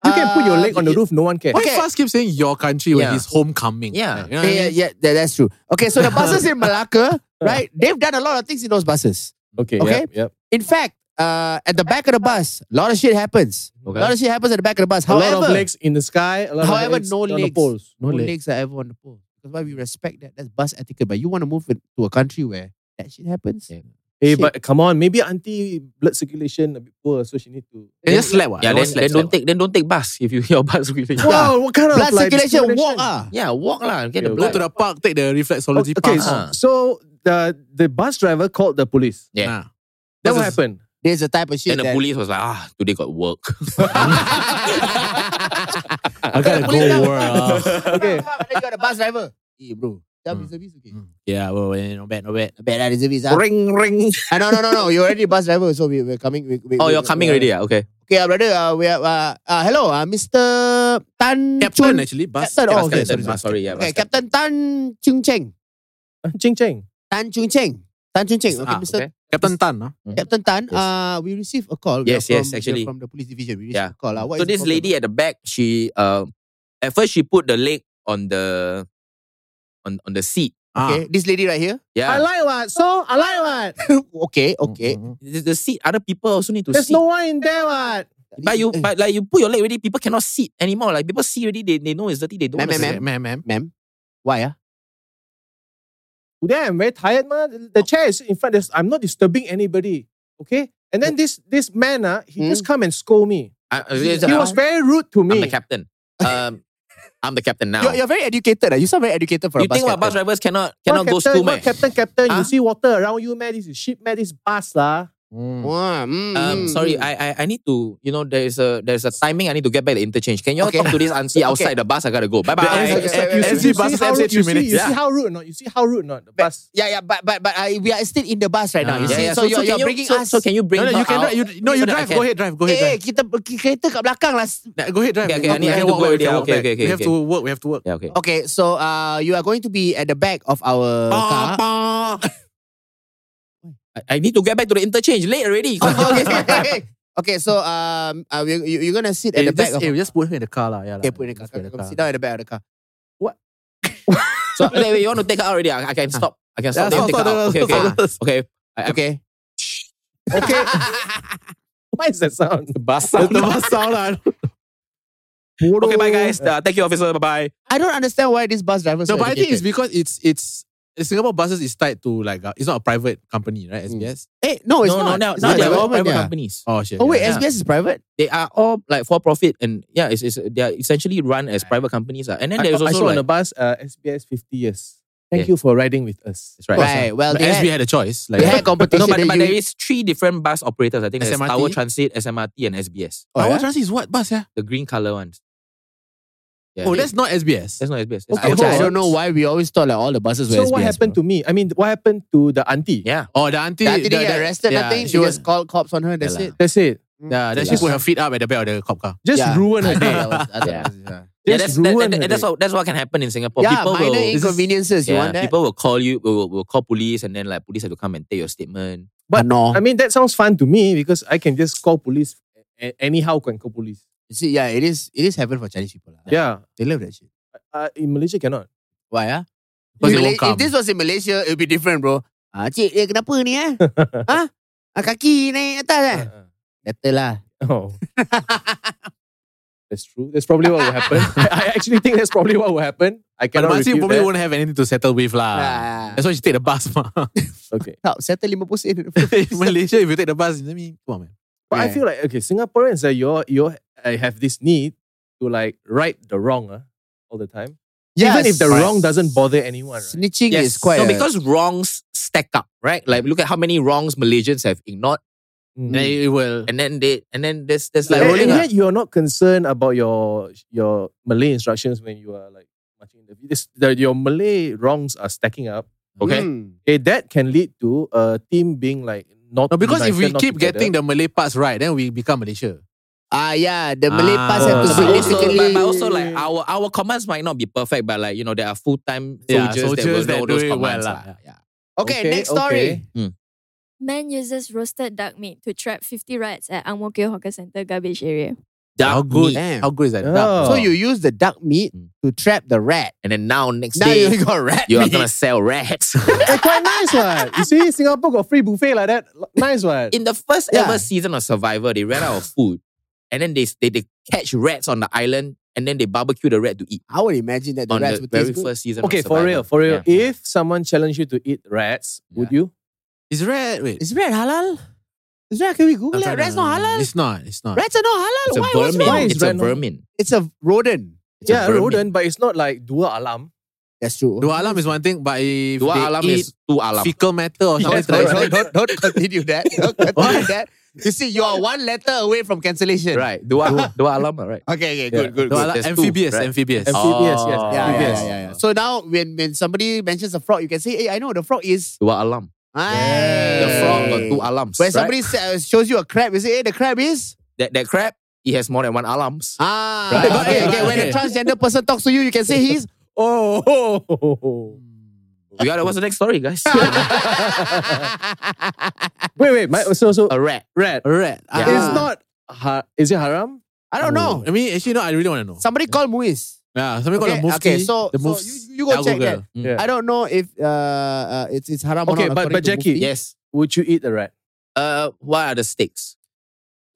E: You can put your
B: Uh,
E: leg on the roof, no one cares.
D: Why
B: Okay.
D: Fast keep saying your country when
C: Yeah.
D: he's homecoming?
C: Yeah.
D: Like, you know what I
B: Yeah,
D: mean?
B: yeah, yeah, that's true. Okay, so the buses in Malacca, right? They've done a lot of things in those buses.
E: Okay,
B: Okay.
E: Yep, yep.
B: In fact, uh, at the back of the bus, a lot of shit happens. A lot of shit happens at the back of the bus.
E: a lot of
B: However,
E: legs in the sky. A lot
B: However,
E: of legs
B: no
E: on the
B: legs.
E: poles.
B: no legs are ever on the pole. That's why we respect that. That's bus etiquette. But you want to move it to a country where that shit happens?
C: Yeah.
E: Hey,
B: Shit.
E: but come on, maybe auntie blood circulation a bit poor, so she need to.
D: Then just slap. what?
C: Yeah, then,
D: Just
C: then
D: slap,
C: don't
D: slap.
C: take then don't take bus if you *laughs* your bus will be-
E: *laughs* Wow, what kind of
B: Blood
E: like,
B: circulation walk
E: discrimination?
B: ah.
C: *laughs* Yeah, walk lah. Get
D: Go
C: the
E: Okay, okay.
C: blood.
D: to the park, take the reflexology
E: Okay,
D: pass.
E: so,
C: Ah.
E: so the the bus driver called the police.
C: Yeah.
D: Ah.
E: Then what
D: This is-
E: happened? *laughs*
B: There's a type of shit
C: Then the
B: that *laughs*
C: police was like, ah, today got work. *laughs*
D: I gotta
B: Police
D: go
B: come.
D: work. *laughs*
C: uh,
D: ah.
E: Okay.
B: Come, and then you're the bus driver. Hey, bro. Tell me service, okay?
D: Mm. Yeah, well,
C: eh,
D: well, not bad, not bad.
B: Bad that reservist. Ah.
E: Ring ring.
B: Ah, no, no, no, no. You're already bus driver, so we, we're coming. We, we,
C: oh,
B: we-
C: you're coming already, ah? Okay.
B: Okay, uh, brother. Uh, we are, uh, uh, hello, uh, Mr. Tan
D: Captain,
B: Chun.
D: actually, bus.
B: Captain, oh,
D: Captain,
B: okay, sorry,
D: bus,
C: sorry, sorry, yeah,
B: Okay,
C: eh, bus
B: Captain Tan Chung Cheng.
E: Ching ching.
B: Tan Chung Cheng. Tan Chung Cheng. Okay,
D: Ah,
B: Mr.
C: okay.
D: Captain Tan. ah.
B: Captain Tan,
C: Yes.
B: uh, we received a call. We
C: Yes,
B: are from-
C: yes,
B: we are
C: actually.
B: From the police division. We received
C: Yeah.
B: a call. Uh, what
C: so
B: is the
C: this
B: problem?
C: lady at the back, she uh, at first she put the leg on the on on the seat.
D: Ah.
B: Okay, this lady right here.
E: I
C: Yeah,
E: like what. So I like what.
B: okay,
C: Mm-hmm.
B: okay.
D: Mm, mm, mm.
C: the, the seat. Other people also need to
E: There's
C: sit.
E: no one in there what.
C: but
B: Eh,
C: you but like you put your leg already, people cannot sit anymore. Like people see already, they, they know it's dirty. They don't.
B: Ma'am,
C: wanna
B: ma'am,
C: sit.
D: Ma'am, ma'am.
B: ma'am, why? ah?
E: Today I'm very tired, man. The, the chair is in front. There's, I'm not disturbing anybody. Okay. And then this this man, uh, he
B: Hmm?
E: just come and scold me.
C: I, I-
E: He,
C: I-
E: he was very rude to
C: Uh, I'm
E: me.
C: the captain. Um, I'm the captain now.
B: *laughs* You're, you're very educated. ah. You sound very educated for a
C: you
B: bus
C: think what bus
B: captain.
C: drivers cannot
E: What
C: cannot go
E: captain,
C: school,
E: what
C: man?
E: Captain, captain,
C: Huh?
E: you see water around you, man. This is ship, man. This is bus, ah. lah.
B: Wah, mm, mm,
C: Um, sorry,
B: mm.
C: I, I I need to you know there's a there's a timing. I need to get back the interchange. Can you all
B: Okay.
C: talk to this
B: Okay.
C: auntie outside the bus? I gotta go. Bye bye.
B: auntie-
E: It's like
B: eh,
E: you
B: eh,
D: eh,
B: eh,
E: see- you
D: bus is
E: see how
D: MC
E: rude- you
D: three
E: see- you
D: minutes.
E: see how rude or not? You see how rude or not? The bus.
B: Yeah, yeah, but but but I, we are still in the bus right now. You
C: Ah, yeah,
B: see,
C: yeah.
B: so, you're,
C: can
B: you're
C: you,
B: bringing
C: so,
B: us.
C: So can you
D: No,
C: bring
D: no,
C: her
D: you can
C: out?
D: drive. You, no, you
C: So that I
D: drive.
C: can-
D: Go ahead, drive. Go
B: eh,
D: ahead,
B: eh, kita kereta kat belakang lah.
D: drive. Go ahead, drive.
C: Okay, okay, I
D: We
C: need- I
D: have to walk
C: need to go
D: back,
C: already.
D: walk
C: Okay,
D: back.
C: okay, okay,
D: We have
C: okay.
D: to work. We have to work.
C: Yeah, okay.
B: Okay, so uh, you are going to be at the back of our
C: Ah. *laughs*
B: car.
C: I, I need to get back to the interchange. Late
B: *laughs*
C: already.
B: Oh, okay, okay. okay, so um, uh, you, you- you're gonna sit at
D: Eh,
B: the back
D: just,
B: of.
D: eh, just put her in the car lah. Yeah,
B: Okay,
D: lah.
B: put in the car.
D: Just put in the
B: Come
D: car.
B: Sit down at the back of the car.
C: so wait, wait, you want to take her out already? I, I can stop. I can
D: Yeah,
C: stop.
D: stop,
C: then take her out.
D: stop,
C: Okay,
D: stop,
C: okay,
D: stop.
C: okay. I, I,
B: Okay.
E: Okay. Why is that sound?
D: Basah. The basah lah.
C: Okay, bye guys. Uh, thank you, officer. Bye bye.
B: I don't understand why this bus driver.
D: No, but I think it's because it's it's Singapore buses is tied to like a, it's not a private company, right?
B: Mm.
D: SBS.
B: eh, no, it's
C: no,
B: not.
C: no, no.
B: It's
C: Now
B: not
C: they're
B: the
C: all
B: government,
C: private
B: yeah.
C: companies.
D: Oh shit.
B: Oh wait,
D: yeah.
C: Yeah.
B: SBS is private.
C: They are all like for profit, and yeah, it's, it's they are essentially run as private companies. ah. And then
E: I,
C: there's
E: I
C: also
E: saw on
C: like,
E: the bus uh, SBS 50 years. Thank
C: Yeah.
E: you for riding with us.
C: that's right.
B: Right. Well,
D: But
B: they
D: SB
B: had,
D: had a choice. Like
B: they had
C: No,
B: competition.
C: but,
B: that
C: but
B: you-
C: there is three different bus operators. I think there's
D: SMRT?
C: Tower Transit, SMRT, and SBS.
B: Oh,
D: Our
B: yeah?
D: transit is what bus? Yeah.
C: The green color ones. Yeah,
D: Oh,
C: they-
D: that's not SBS.
C: that's not SBS. That's
B: Okay, so
C: Tower
B: I
C: Transit.
B: don't know why we always thought like all the buses were
E: So
B: SBS.
E: what happened
B: bro.
E: to me? I mean, what happened to the auntie?
C: Yeah.
D: Oh, the auntie.
B: The auntie didn't
D: the-
B: get
D: the-
B: arrested,
D: yeah,
B: nothing.
D: She
B: She
D: was.
B: just called cops on her. That's
C: Yeah
B: it.
E: That's it.
D: Yeah, then she
C: Yeah.
D: put her feet up at the back of the cop car.
E: Just
B: Yeah.
E: ruin
B: *laughs*
E: her
B: I
E: day.
B: thought that was- I thought that was- yeah.
C: Yeah,
E: Just
C: that's, that,
E: ruin
C: that-
E: her
C: that's,
E: day.
C: what, that's what can happen in Singapore.
B: Yeah,
C: people
B: minor
C: will,
B: inconveniences. You
C: yeah,
B: want that?
C: people will call you, will, will call police, and then like police have to come and take your statement.
E: But
B: no.
E: I mean, that sounds fun to me because I can just call police. a- Anyhow, can call police.
B: You see, yeah, it is. It is heaven for Chinese people. lah.
E: Yeah.
B: they love that shit.
E: Uh, in Malaysia, cannot. *laughs*
B: Why? Ah,
D: Because
B: In
D: they won't
B: Malay- if
D: come.
B: this was in Malaysia, it'd be different, bro. Ah, cik, eh, kenapa ni *laughs* eh? ah, ah, kaki naik atas eh? Better lah.
E: Uh, *laughs* Oh. That's true. That's probably what will *laughs* happen. I I actually think that's probably what will happen.
D: But
E: I
D: the
E: cannot
D: auntie
E: refute
D: probably
E: that.
D: won't have anything to settle with lah.
B: Ah.
D: That's why she take the bus. ma.
E: Okay.
B: Tak, settle 50 sen.
D: In Malaysia, if you take the bus, I mean, come on, man.
E: But I
B: Yeah.
E: feel like okay, Singaporeans uh, you you I have this need to like right the wrong uh, all the time. Even if the wrong doesn't bother anyone, right?
B: Snitching is quite
C: no,
B: a-
C: because wrongs stack up, right? Like look at how many wrongs Malaysians have ignored,
E: Mm.
D: Then it will.
C: and then they, and then there's there's like
E: and,
C: rolling
E: and
C: up.
E: yet you're not concerned about your your Malay instructions when you are like marching in the this, the your Malay wrongs are stacking up.
C: Okay.
B: Mm.
E: Okay, that can lead to a team being like not
D: No, because if we keep getting
E: the
D: the Malay parts right, then we become Malaysia.
B: Ah, yeah, the Malay
D: Ah.
B: pass have to
C: But
E: So
C: also,
B: significantly.
C: but, but also like our our commands might not be perfect, but like you know there are full time
D: Yeah,
C: soldiers, that will
D: soldiers that
C: know
D: do
C: those
D: it well
C: commands. ah.
D: lah.
C: Hmm. lah. Yeah.
B: okay, next story.
F: Man uses roasted duck meat to trap 50 rats at Ang Mo Kio Hawker Centre garbage area.
D: How
C: Dark
D: good?
C: meat.
B: Damn.
D: How good is that?
E: Yeah.
D: Duck.
B: So you use the duck meat
C: Mm.
B: to trap the rat.
C: and then now next
B: Now
C: day *laughs*
B: you got rat
C: you are
B: *laughs* meat.
C: gonna sell rats.
E: Eh, quite nice one. You see, Singapore got free buffet like that. Nice one.
C: in the first
B: Yeah.
C: ever season of Survivor, they ran out of food, and then they, they they catch rats on the island, and then they barbecue the rat to eat.
B: I would imagine that the
C: on
B: rats
C: the
B: would
C: very
B: taste good.
C: first season.
E: Okay,
C: of
E: for
C: Survivor.
E: real, for real.
C: Yeah.
E: If someone challenged you to eat rats, would
C: Yeah.
E: you?
D: It's red. Wait.
B: Is rat halal? Is rat, can we Google
D: I'm
B: that?
D: trying to-
B: Rats not halal?
D: It's not. It's not.
B: Rats are not halal.
C: it's a
B: Why? What's
C: vermin.
B: wrong?
E: Why is
C: it's a
E: rat not-
C: vermin.
B: It's a rodent.
C: It's
E: Yeah,
C: a vermin.
E: rodent, but it's not like dua alam.
B: That's true.
D: Dua alam is one thing, but if
C: Dua
D: they
C: alam
D: eat
C: is two alam.
D: fecal matter
C: *laughs*
D: or something,
B: Don't,
D: it's like-
B: don't, don't, don't continue that. Don't continue that. You see, you
C: *laughs*
B: are one letter away from cancellation.
C: Right, dua *laughs* dua alam, right?
B: Okay, okay, good, good,
D: Dua
B: good.
D: alam-
C: There's two,
D: amphibious,
C: right?
D: amphibious.
E: Amphi- Amphibious, yes,
C: Oh.
B: Yeah, yeah,
E: amphibious.
B: yeah, yeah, yeah. So now when, when somebody mentions a frog, you can say, hey, I know the frog is.
C: Dua alam.
B: Hey.
C: The frog got two alams.
B: When
C: right?
B: somebody sa- uh, shows you a crab, you say, hey, the crab is.
C: that that crab, it has more than one alams.
B: Ah.
D: Right.
B: Okay, okay,
D: Right, right,
B: When a
D: okay.
B: transgender person talks to you, you can say he's.
E: Oh, *laughs*
C: You got what's the next
B: *laughs*
C: story, guys?
E: wait, wait. My, so, so
C: a rat.
E: rat.
D: Red.
C: Yeah.
E: It's not. Ha- is it haram?
B: Ah. I don't know.
D: I mean, actually, no. I really want to know.
B: Somebody call Muiz.
D: yeah, something
B: Okay,
D: called a mufti.
B: okay, so,
D: the
B: so
D: mufs,
B: you, you go
D: Al
B: check that.
D: Google.
C: Yeah.
B: I don't know if uh, uh it's it's haram. or
E: Okay,
B: not
E: but-
B: according
E: but
B: to
E: Jackie,
B: Mufti.
C: Yes.
E: Would you eat a rat?
C: Uh, what are the stakes?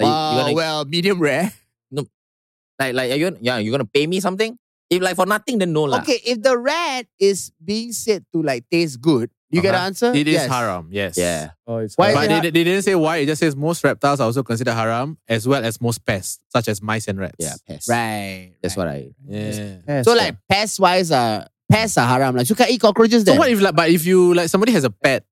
C: Like, you-
B: Uh,
C: you gonna,
B: well, medium rare.
C: like, like, are you gonna, yeah, you gonna pay me something? If like for nothing, then no lah.
B: Okay, if the rat is being said to like taste good, you get
D: Uh-huh.
B: an answer.
D: It is
B: Yes.
D: haram. Yes.
C: Yeah.
E: Oh, it's
B: Why
D: But
B: is
D: they,
B: it
D: they didn't say why. It just says most reptiles are also considered haram, as well as most pests, such as mice and rats.
C: Yeah, pest.
B: Right.
C: That's
B: right.
C: what I.
D: Yeah.
B: So like pest wise, uh, pests are haram. Like you can eat cockroaches.
D: So
B: Then
D: what if like, but if you like somebody has a pet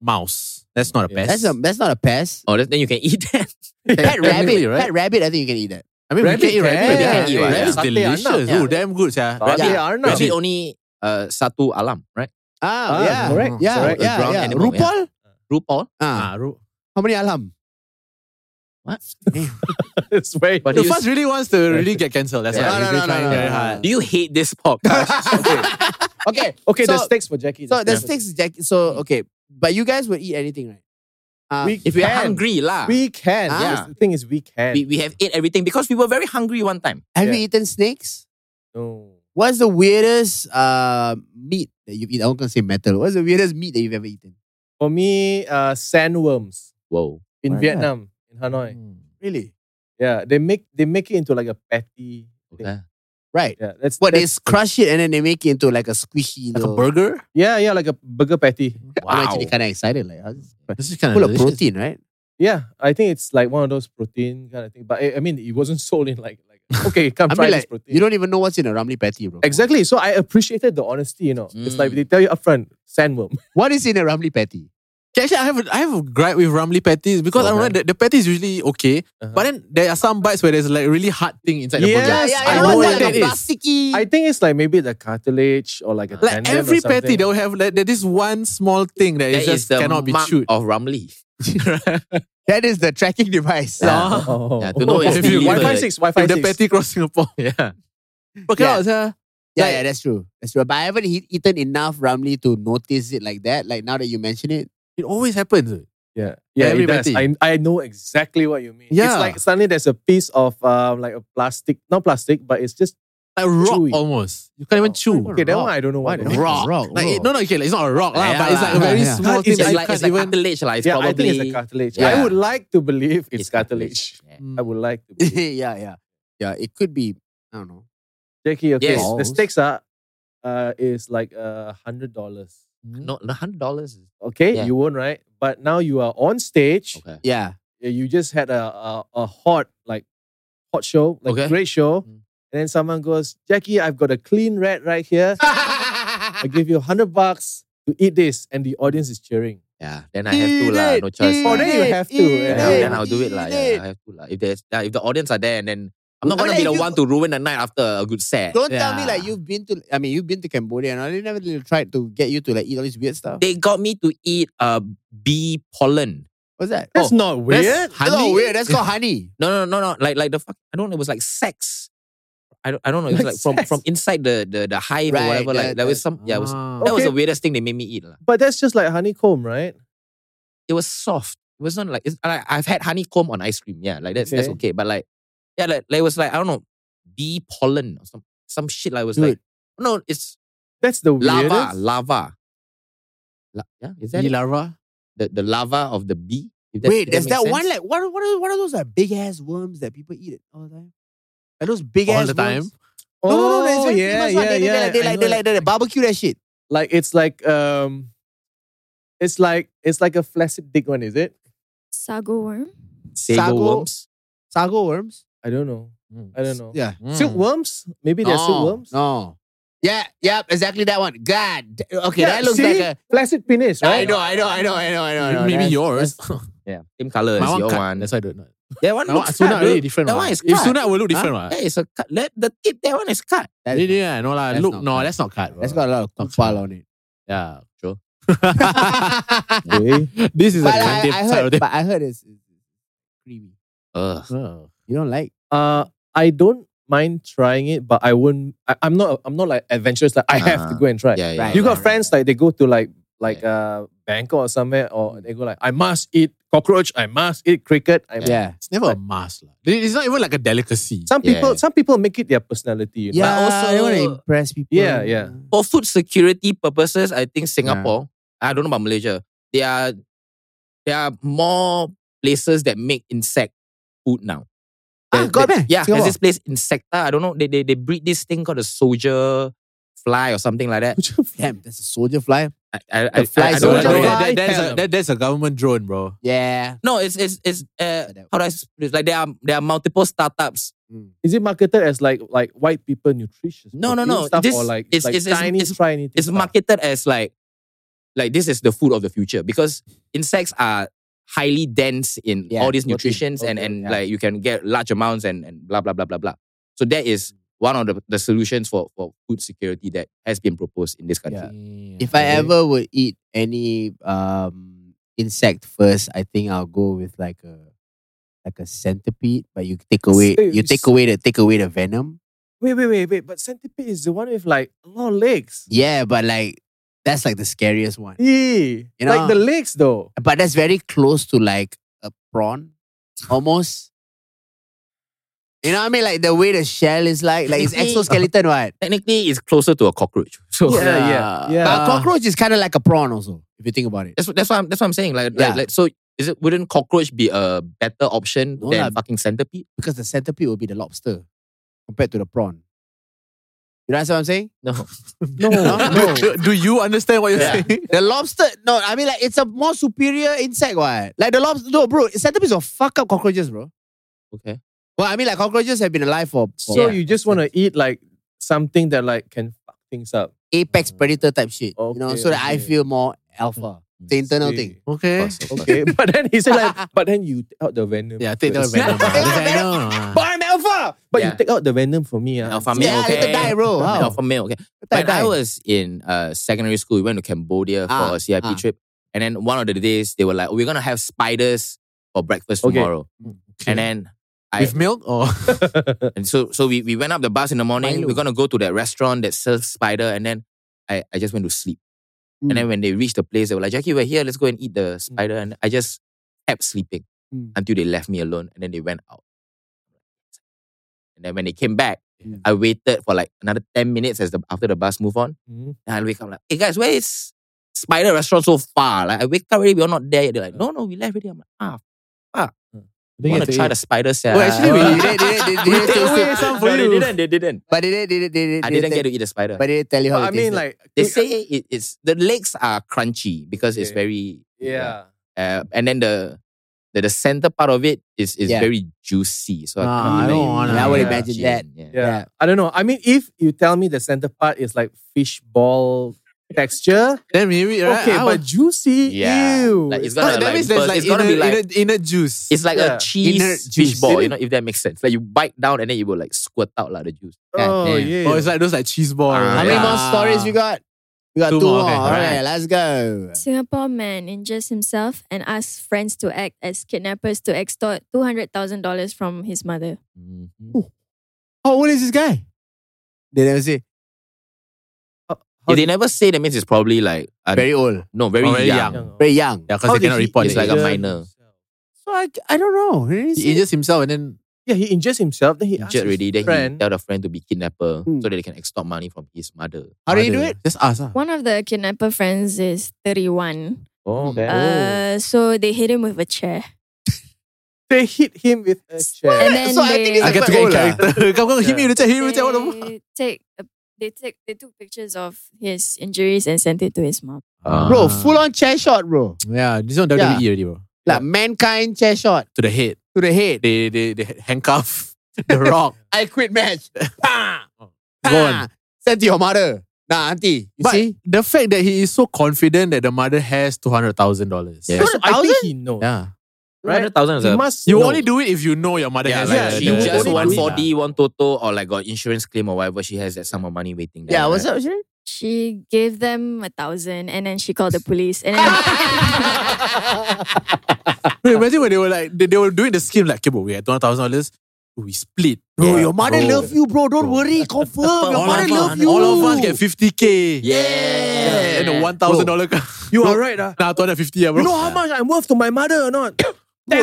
D: mouse. That's not a
E: Yeah.
D: pest.
B: That's a that's not a pest.
C: Oh, then then you can *laughs* eat
B: *laughs*
C: that.
B: Pet rabbit,
D: technically, right?
B: pet rabbit. I think you can eat that. I mean,
E: Rabbit
B: we can eat
E: can.
B: rabbit.
C: Yeah,
B: yeah.
C: you can eat
D: That's
E: yeah.
D: delicious.
E: Satay
B: Arnab.
D: Ooh, damn good, yeah.
E: Rabbit Arnab.
C: Rabbit only uh, satu alam, right?
B: Ah,
E: Ah,
B: yeah,
E: correct.
D: mm,
B: Yeah,
E: Correct.
B: yeah,
C: A ground
B: yeah.
C: animal, yeah.
B: Rupal.
C: Rupal.
B: Ah,
D: Ah, ru-
B: how many alam?
C: What?
E: *laughs* it's very.
C: But
D: the
C: you-
D: first really wants to really get cancelled. That's
C: Yeah.
D: why
C: No,
D: he's
B: no,
D: been
B: no,
D: trying
B: no,
D: very
B: no, no.
D: hard.
C: Do you hate this podcast?
B: *laughs* Okay,
E: *laughs* okay,
B: so,
E: the stakes for Jackie.
B: So the
E: there's
B: sticks, Jackie.
D: Mm.
B: So okay, but you guys would eat anything, right? Uh,
E: We
C: if you're
E: can.
C: hungry, lah. We,
E: We can.
B: Ah.
E: That's The thing is, we can.
C: we have ate everything because we were very hungry one time.
B: have
E: yeah.
B: you eaten snakes?
E: no.
B: What's the weirdest uh, meat that you've eaten? I was gonna say metal. What's the weirdest meat that you've ever eaten?
E: For me, uh, sandworms
C: Whoa.
E: in
B: Why Hmm.
E: Vietnam, in Hanoi.
B: Really?
E: Yeah, they make they make it into like a patty. thing.
C: Okay.
B: Right.
E: Yeah, that's
B: What they
E: that's,
B: crush it and then they make it into like a squishy
D: Like a
B: little-
D: burger?
E: Yeah, yeah, like a burger patty.
B: I'm actually kind of excited. Like, how's this-
D: This is kind
B: full of protein, right?
E: Yeah, I think it's like one of those protein kind of thing. But I, I mean, it wasn't sold in like like okay, come
B: I
E: try
B: mean, like
E: this protein.
B: you don't even know what's in a ramly patty, bro.
E: exactly. So I appreciated the honesty. You know, it's like
C: Mm.
E: they tell you upfront, sandworm.
B: What is in a ramly patty?
D: Okay, actually, I have a, I have a gripe with Ramly patties because I don't know
E: Okay.
D: the, the patty is usually okay,
B: Uh-huh.
D: but then there are some bites where there's like really hard thing inside the burger.
E: Yeah, Yes, yeah, yeah.
D: I know
E: What's
D: what
E: that?
D: that
E: The
D: is.
B: Plasticky.
E: I think it's like maybe the cartilage or like a
D: Like
E: tendon or
D: every patty,
E: something.
D: they will have like there- this one small thing that
C: That
D: is
C: is
D: just
C: the
D: cannot be
C: mark
D: chewed.
C: of Ramli.
B: that is the tracking device.
C: Yeah.
E: Oh.
C: Yeah, to
E: *laughs*
C: know it's
D: If you-
C: delivered.
E: Wi-Fi six, Wi-Fi
D: If the
E: six.
D: patty cross Singapore, yeah. But
B: Yeah.
D: cannot, yeah.
B: Yeah,
D: Like-
B: yeah, that's true. That's true. But I haven't eat, eaten enough ramly to notice it like that. Like now that you mention it,
D: it always happens.
E: Yeah, yeah,
D: Every
E: it does.
D: patty.
E: I, I know exactly what you mean.
D: Yeah.
E: it's like suddenly there's a piece of um like a plastic, not plastic, but it's just
D: Like rock
E: Chewy.
D: almost. You can't even chew.
E: okay. That one I don't know what.
B: What
E: it is.
B: rock?
D: Like, it- no, no, okay, like, it's not a rock, lah,
C: Yeah,
D: but it's like a
C: lah.
D: very
B: Yeah.
D: small thing
C: It's,
D: that you
C: like,
D: can't
C: it's like
D: even.
C: cartilage. Like, it's
E: Yeah,
C: probably,
E: I think it's a cartilage.
C: Yeah.
E: I would like to believe it's, cartilage.
C: Yeah.
E: I would like to.
B: *laughs*
E: Believe.
B: yeah, yeah, yeah. It could be. I don't know.
E: Jackie, okay,
C: Yes.
E: the stakes are uh is like uh hundred dollars.
C: No, no, hundred dollars.
E: Okay,
C: Yeah.
E: you won right, but now you are on stage.
C: Okay.
B: Yeah,
E: Yeah, You just had a a, a hot like hot show, like
C: Okay.
E: great show,
C: Mm.
E: and then someone goes, Jackie, I've got a clean red right here. I give you hundred bucks to eat this, and the audience is cheering.
C: Yeah. Then I have to lah. No choice.
E: Oh,
C: lah.
E: then you have to.
C: Yeah,
E: Yeah,
C: then I'll do it lah. Yeah, yeah, I have to lah. If there's yeah, if the audience are there, and then I'm not
B: But
C: gonna
B: then
C: be the
B: if you-
C: one to ruin the night after a good set.
B: Don't tell me
D: Yeah.
B: like you've been to. I mean, you've been to Cambodia and all. They never really tried to get you to like eat all this weird stuff.
C: They got me to eat uh bee pollen.
B: What's that?
E: That's not weird.
B: Oh, That's not weird. That's called honey.
C: No, no, no, no. Like, like the fuck. I don't. know. It was like sex. I don't. I don't know. It was like
E: Like
C: from
E: sex?
C: from inside the the the hive
B: Right,
C: or whatever.
B: the-
C: like there was
B: the-
C: some. Yeah, it was,
D: Ah.
C: that was the
E: Okay.
C: weirdest thing they made me eat lah.
E: But that's just like honeycomb, right?
C: It was soft. It was not like it's, like I've had honeycomb on ice cream. Yeah, like that's that's
E: Okay.
C: okay. But like, yeah, like, like it was like I don't know, bee pollen or some some shit. Like it was
B: Dude.
C: like no, it's
E: That's the weirdest.
C: lava, lava. La- yeah, is that
D: Bee
C: it?
D: larva?
C: the, the lava of the bee? If
B: Wait,
C: if
B: there's
C: makes
B: that one
C: sense.
B: like what? are- What are what are those like big ass worms that people eat all the time? Are those big
D: All
B: ass
D: the time.
B: worms? No, no, no, no. It's
E: Oh,
B: very
E: yeah,
B: famous one. They-
E: yeah,
B: they-
E: yeah.
B: They
E: I
B: like
E: know
B: they like they like barbecue that shit.
E: Like it's like um, it's like it's like a flaccid dick one, is it?
F: Sago worm.
C: Sago,
B: Sago-
C: worms.
B: Sago worms.
E: I don't know. I don't know.
B: Hmm. Yeah. Oh.
E: Silkworms? Maybe
D: Mm.
E: they're silkworms.
B: No. Yeah, yep, exactly that one. God. d- Okay,
E: Yeah,
B: that looks
E: see?
B: like
E: flaccid penis,
B: a. I
E: right?
B: know, I know, I know, I know, I know. I know.
D: Maybe
B: That's-
D: yours.
B: that's-
C: Yeah, same color
D: My
C: as
D: one
C: your
D: cut.
C: one.
D: That's why I don't know.
C: That one
D: That one,
C: looks
D: sunat
C: cut,
D: really
C: dude.
D: different.
C: That
D: what.
C: one is
D: If
C: cut.
D: sunat will look different.
C: Huh?
D: what.
C: That is a cut. That, the tip, that one is cut.
B: that's-
D: Really, yeah, no lah.
B: That's
D: Look,
B: not
D: no,
B: cut.
D: that's not cut. Bro.
B: That's got a lot of
D: Not
B: kupal on it.
D: *laughs* yeah, sure.
B: *laughs*
E: Okay.
D: this is
B: But
D: a
B: I,
D: content
B: I
D: side of
B: heard,
D: it.
B: but I heard it's it's creamy.
C: Ugh.
D: Oh.
B: You don't like?
E: Uh, I don't mind trying it, but I won't. I, I'm not. I'm not like adventurous. Like I have to
C: Ah,
E: go and try.
C: Yeah, yeah.
B: Right.
E: You
C: yeah.
E: got friends like they go to like like uh Bangkok or somewhere, or they go like I must eat cockroach. I must eat cricket. I must.
B: Yeah.
D: It's never a must. lah. It- It's not even like a delicacy.
E: Some
C: Yeah,
E: people,
C: yeah.
E: some people make it their personality. You know? *laughs*
B: Yeah,
C: also-
B: I want to impress people.
E: Yeah, yeah.
C: For food security purposes, I think Singapore, I don't know about Malaysia, there are, there are more places that make insect food now.
B: Ah,
C: There-
B: got
C: there-
B: meh?
C: Yeah,
B: Singapore?
C: there's this place, Insecta. I don't know. They, they, they breed this thing called a soldier fly or something like that.
B: Damn, that's a soldier fly.
C: I, I,
B: The
C: I,
B: fly
C: I, I
D: So
C: don't
D: that-
C: know.
E: soldier fly.
D: that- that's,
E: tell
D: a, that- that's a government drone, bro.
B: Yeah.
C: No, it's it's it's uh,
B: Like that.
C: how do I s- it's like there are there are multiple startups.
E: Is it marketed as like like white people nutritious?
C: No, no,
E: protein
C: no.
E: Stuff
C: This
E: or like
C: is-
E: like
C: is- is-
E: Chinese
B: Ah.
C: is-
E: try anything.
C: It's
E: stuff?
C: marketed as like like this is the food of the future because insects are highly dense in
B: Yeah,
C: all these
B: protein.
C: nutritions and
B: Okay,
C: and
B: yeah.
C: like you can get large amounts and, and blah blah blah blah blah. So that is one of the, the solutions for, for food security that has been proposed in this country.
B: Yeah.
D: *laughs*
B: If I ever would eat any um insect first, I think I'll go with like a like a centipede, but you take away you take away the take away the venom.
E: Wait, wait, wait, wait. But centipede is the one with like a lot of legs.
B: Yeah, but like that's like the scariest one.
E: Yeah.
B: You know-
E: like the legs though.
B: But that's very close to like a prawn, almost. You know what I mean? Like the way the shell is like,
E: *laughs*
B: like it's exoskeleton, right?
C: Technically, it's closer to a cockroach. *laughs* So
E: Yeah, yeah, yeah.
B: But a cockroach is kind of like a prawn, also, if you think about it.
C: That's what that's what I'm that's what I'm saying. Like,
B: Yeah.
C: like, like so is it wouldn't cockroach be a better option
B: No
C: than
B: lah.
C: fucking centipede?
B: Because the centipede will be the lobster compared to the prawn. You know what I'm saying?
C: No.
E: No, *laughs* no.
D: do, do you understand what you're
C: Yeah.
B: *laughs*
D: saying?
B: The lobster, no, I mean like it's a more superior insect, what? Like the lobster, no, bro, centipedes will fuck up cockroaches, bro.
C: Okay.
B: Well, I mean like cockroaches have been alive for, for
E: So
C: Yeah.
E: you just want to eat like something that like can fuck things up.
B: apex predator type shit, you know,
E: Okay,
B: so that I
E: okay.
B: feel more alpha. The internal
E: See.
B: thing.
D: Okay.
E: Okay, but then he said like, but then you take out the venom.
D: Yeah, take the
E: first.
D: venom.
B: *laughs*
D: ah. the venom.
E: But
D: ah.
E: I'm alpha. *laughs* But
C: Yeah.
E: you take out the venom for me. ah. *laughs*
C: Alpha male,
B: Yeah,
C: okay.
B: later die, bro. How?
C: Alpha male, okay.
B: Later
C: When
B: die.
C: I was in uh, secondary school, we went to Cambodia
B: Ah,
C: for a CIP
B: ah.
C: trip. And then one of the days, they were like, we're going to have spiders for breakfast
E: Okay.
C: tomorrow.
D: Okay.
C: And then, I-
D: With milk or
B: *laughs*
C: and so so we, we went up the bus in the morning.
B: Uh Milo.
C: We're going to go to that restaurant that serves spider. And then I, I just went to sleep.
B: Mm.
C: And then when they reached the place, they were like, Jackie, we're here. Let's go and eat the spider. And I just kept sleeping
B: Mm.
C: until they left me alone. And then they went out. And then when they came back,
B: Mm.
C: I waited for like another 10 minutes as the, after the bus moved on.
E: Mhm.
C: And I wake up like, hey guys, where is Spider Restaurant so far? Like I wake up already, we're not there yet. They're like, no, no, we left already. I'm like, ah,
D: Hmm.
C: I want to try the spider set.
B: Well, actually,
C: *laughs*
B: uh, *laughs* we they- they- they- they- they
D: take away
B: tasted-
D: some for
C: No,
D: you.
C: They didn't, they didn't.
B: But they didn't, they didn't, they didn't,
C: I didn't
B: they
C: get to eat the spider.
B: But they didn't tell you how
E: But I
B: it
E: mean
B: tasted.
E: like
C: they say it, it's the legs are crunchy because it's
E: Okay.
C: very
E: yeah.
C: uh, and then the, the the center part of it is is
B: Yeah. Ah,
C: very juicy. So
D: Nah,
C: can't
D: I
C: really
D: don't wanna-
B: Yeah, I would
E: Yeah.
B: imagine that.
C: Yeah.
E: yeah,
B: Yeah.
E: I don't know. I mean, if you tell me the center part is like fish ball texture,
D: then maybe right?
E: okay,
D: I
E: but
D: would-
E: juicy,
C: Yeah.
E: ew.
C: Like, it's
D: No,
C: gonna,
D: that
C: like,
D: means there's
C: burst-
D: like
C: it's gonna
D: inner,
C: be like-
D: inner, inner juice.
C: It's like
E: Yeah.
C: a cheese
B: Inner
C: fish
B: juice.
C: ball, you know, if that makes sense. Like you bite down and then you will like squirt out like the juice.
E: oh
B: Yeah.
E: yeah.
D: Or it's like those like cheese ball.
C: Ah,
B: How
D: right?
B: many more
D: Ah.
B: stories we got? We got two,
D: Two
B: more.
D: more, okay.
B: All right,
D: Alright.
B: let's go.
F: Singapore man injures himself and asks friends to act as kidnappers to extort two hundred thousand dollars from his mother.
C: Mm-hmm.
B: How old Oh, is this guy? They never say.
C: If they never say that means it's probably like uh,
B: Very old.
C: no very,
D: Oh, very
C: young.
E: Young.
B: Very young.
D: Yeah,
E: How
D: because they
E: did
D: cannot
E: he
D: report
C: It's
D: it.
C: like a
E: injure
C: minor.
E: himself?
B: So I, I don't know. They didn't
D: He
B: say.
D: injures himself and then
E: Yeah, he injures himself. Then he
C: injured
E: asks
C: already.
E: his
C: Then
E: friend.
C: he tell the friend to be kidnapper
B: Hmm.
C: so that they can extort money from his mother.
B: How do you do
D: Mother.
B: it?
D: Just ask. ah.
F: One of the kidnapper friends is thirty-one.
E: Oh, okay.
F: Uh, so they hit him with a chair.
E: They hit him with a chair.
F: And then
B: so I
F: they,
B: think it's
D: I get to get
B: quite old
D: in
B: lah. *laughs*
D: character. *laughs* Come, come, hit me with the chair, hit me with the chair. What the fuck?
F: they take a, they take they took pictures of his injuries and sent it to his mom.
C: Ah.
B: Bro, full on chair shot, bro.
D: Yeah, this one WWE
B: Yeah.
D: already, bro.
B: Like mankind chair shot
D: To the head.
B: to the head.
D: They they they handcuff the *laughs* rock.
B: I quit match. *laughs* Pah!
D: Go
B: Pah!
D: on.
B: Send to your mother. Nah, auntie. You
D: Ah, But
B: see?
D: the fact that he is so confident that the mother has two hundred thousand dollars.
C: Yeah.
E: So I think he knows.
D: Yeah.
E: Right?
C: 100,000 is
E: He
C: a-
E: must
D: You
E: know.
D: only do it if you know your mother
C: Yeah,
D: has
C: like
E: yeah,
D: it.
C: she
E: yeah,
C: just
E: yeah.
C: won
E: Yeah.
C: 4D, won Toto, or like got insurance claim or whatever. She has that sum of money waiting there.
B: Yeah, what's
C: right?
B: up, Sherry?
F: She gave them a thousand and then she called the police. And then
D: Bro, imagine when they were like they, they were doing the scheme like, okay, bro, we had two hundred thousand dollars, we split.
B: Bro,
D: Yeah.
B: your mother
D: Bro.
B: love you, bro. Don't
D: *laughs*
B: worry. Confirm. Your
D: All
B: mother
D: of,
B: love
D: us,
B: you.
D: all of us get fifty k.
C: Yeah.
D: And the one thousand dollar.
E: You are right. ah.
D: *laughs* Nah, two hundred fifty. Yeah, bro.
E: You know how much I'm worth to my mother or not?
B: Bro,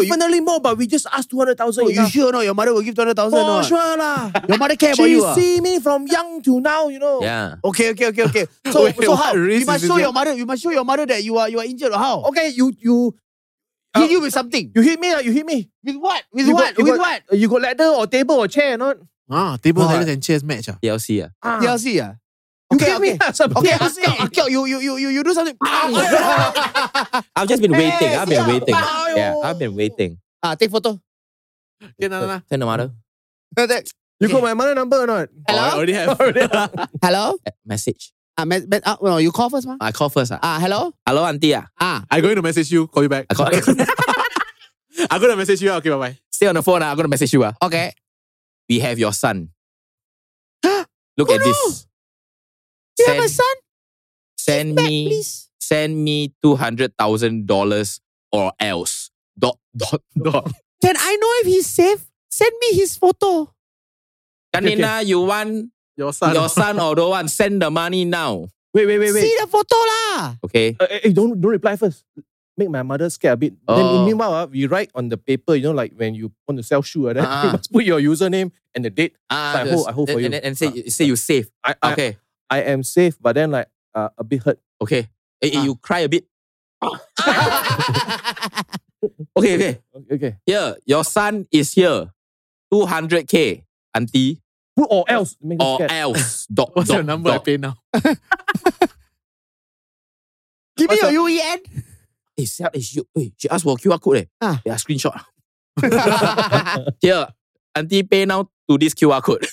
B: you-
E: Definitely more, but we just asked 200,000.
B: Bro, you
E: enough.
B: sure or not? Your mother will give 200,000 or
E: For
B: not?
E: sure lah.
B: Your mother care about
E: She
B: you. ah?
E: see me from young to now, you know.
C: Yeah.
B: *laughs* Okay, okay, okay, *laughs* okay. So,
D: Wait,
B: so
D: what
B: how?
D: race
B: You
D: is
B: must
D: this
B: show
D: guy?
B: your mother. You must show your mother that you are you are injured. Or how?
E: Okay, you you
B: Hit you with something.
E: you hit me, ah, you hit me.
B: With what? With
E: You
B: what?
E: got- you
B: with
E: got-
B: what?
E: You got ladder or table or chair or not?
D: Ah, table
B: What?
D: tennis and chairs match. Ah.
C: TLC, yeah.
E: Ah. You
B: TLC, *laughs* yeah.
E: give me ah, some
B: Okay,
E: TLC.
B: Akel, Akel, you, you, you, you, you do something. Ah.
C: I've just been waiting. I've been
B: yeah,
C: waiting.
B: wow.
C: Yeah, I've been waiting.
B: *laughs* ah, take photo.
D: Okay, nah, nah, nah.
C: Send the mother.
E: You got my mother number or not?
D: Oh, I
B: *laughs* Hello?
D: already have.
B: Hello?
C: eh, Message.
B: Ah, me- me- ah, no, you call first, ma.
C: I call first. Ah.
B: Ah, hello.
C: Hello, auntie. Ah.
B: Ah,
D: I'm going to message you. Call you back.
B: *laughs*
C: I call,
D: *laughs* I'm going to message you. Okay, bye bye.
C: stay on the phone. Ah. I'm going to message you. Ah.
B: okay.
C: We have your son.
B: *gasps*
C: Look at this.
B: Oh, You
C: Send,
B: have a son.
C: send
B: Back,
C: me
B: please.
C: send me $200,000 or else. Dot, dot,
B: *laughs*
C: dot.
B: Can I know if he's safe? Send me his photo.
C: Kanina, you
B: *laughs*
C: want
D: Your son.
C: your son or don't want, send the money now.
E: Wait, wait, wait, wait.
B: See the photo lah.
C: Okay?
E: Uh, eh, eh, don't don't reply first. Make my mother scared a bit.
C: Oh.
E: Then meanwhile, ah, we write on the paper, you know, like when you want to sell shoe, ah, then
C: Ah.
E: *laughs* you must put your username and the date.
C: Ah,
E: I hold- I hold for
C: and,
E: you.
C: And, and
B: Ah,
C: say, say you safe.
E: I I,
C: okay.
E: I am safe, but then like uh, a bit hurt.
C: Okay. Eh, eh,
B: Ah.
C: You cry a bit. Okay, okay.
E: Okay, okay.
C: Here, your son is here. 200K, auntie,
E: Put or else make her
C: or
E: scared.
C: else. Dot,
D: What's
C: dot,
D: your number? I
C: Dot.
D: pay now.
B: *laughs* Give me your E UEN.
C: Eh, siap, eh, she, eh, she asked for QR code. Eh.
B: Ah.
C: Yeah, screenshot. Here, auntie, pay now to this QR code.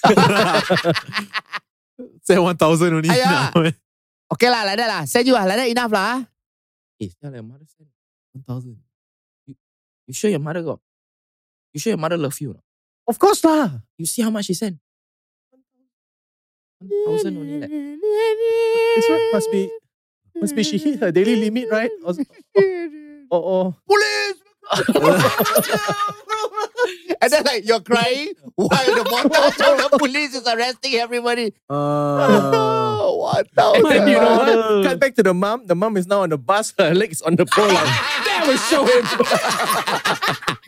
D: Send one thousand only.
B: Ayah.
D: Now. *laughs*
B: okay lah, like that lah. Send you lah, like that enough lah. ah.
C: eh, siap, your mother send. 1,000. You, you sure your mother got? You sure your mother love you? or not?
E: Of course lah.
C: You see how much she sent? 1,000 only. Like.
E: This one must be must be she hit her daily limit, right? Or, or, or
B: Police. *laughs* and then like you're crying while the *laughs* motor the police is arresting everybody.
C: Uh.
B: Oh, what
E: And *laughs* then you know,
D: Wow.
C: *laughs*
E: what? cut back to the mom. The mom is now on the bus. Her leg is on the pole.
C: *laughs*
E: Like, that will show him.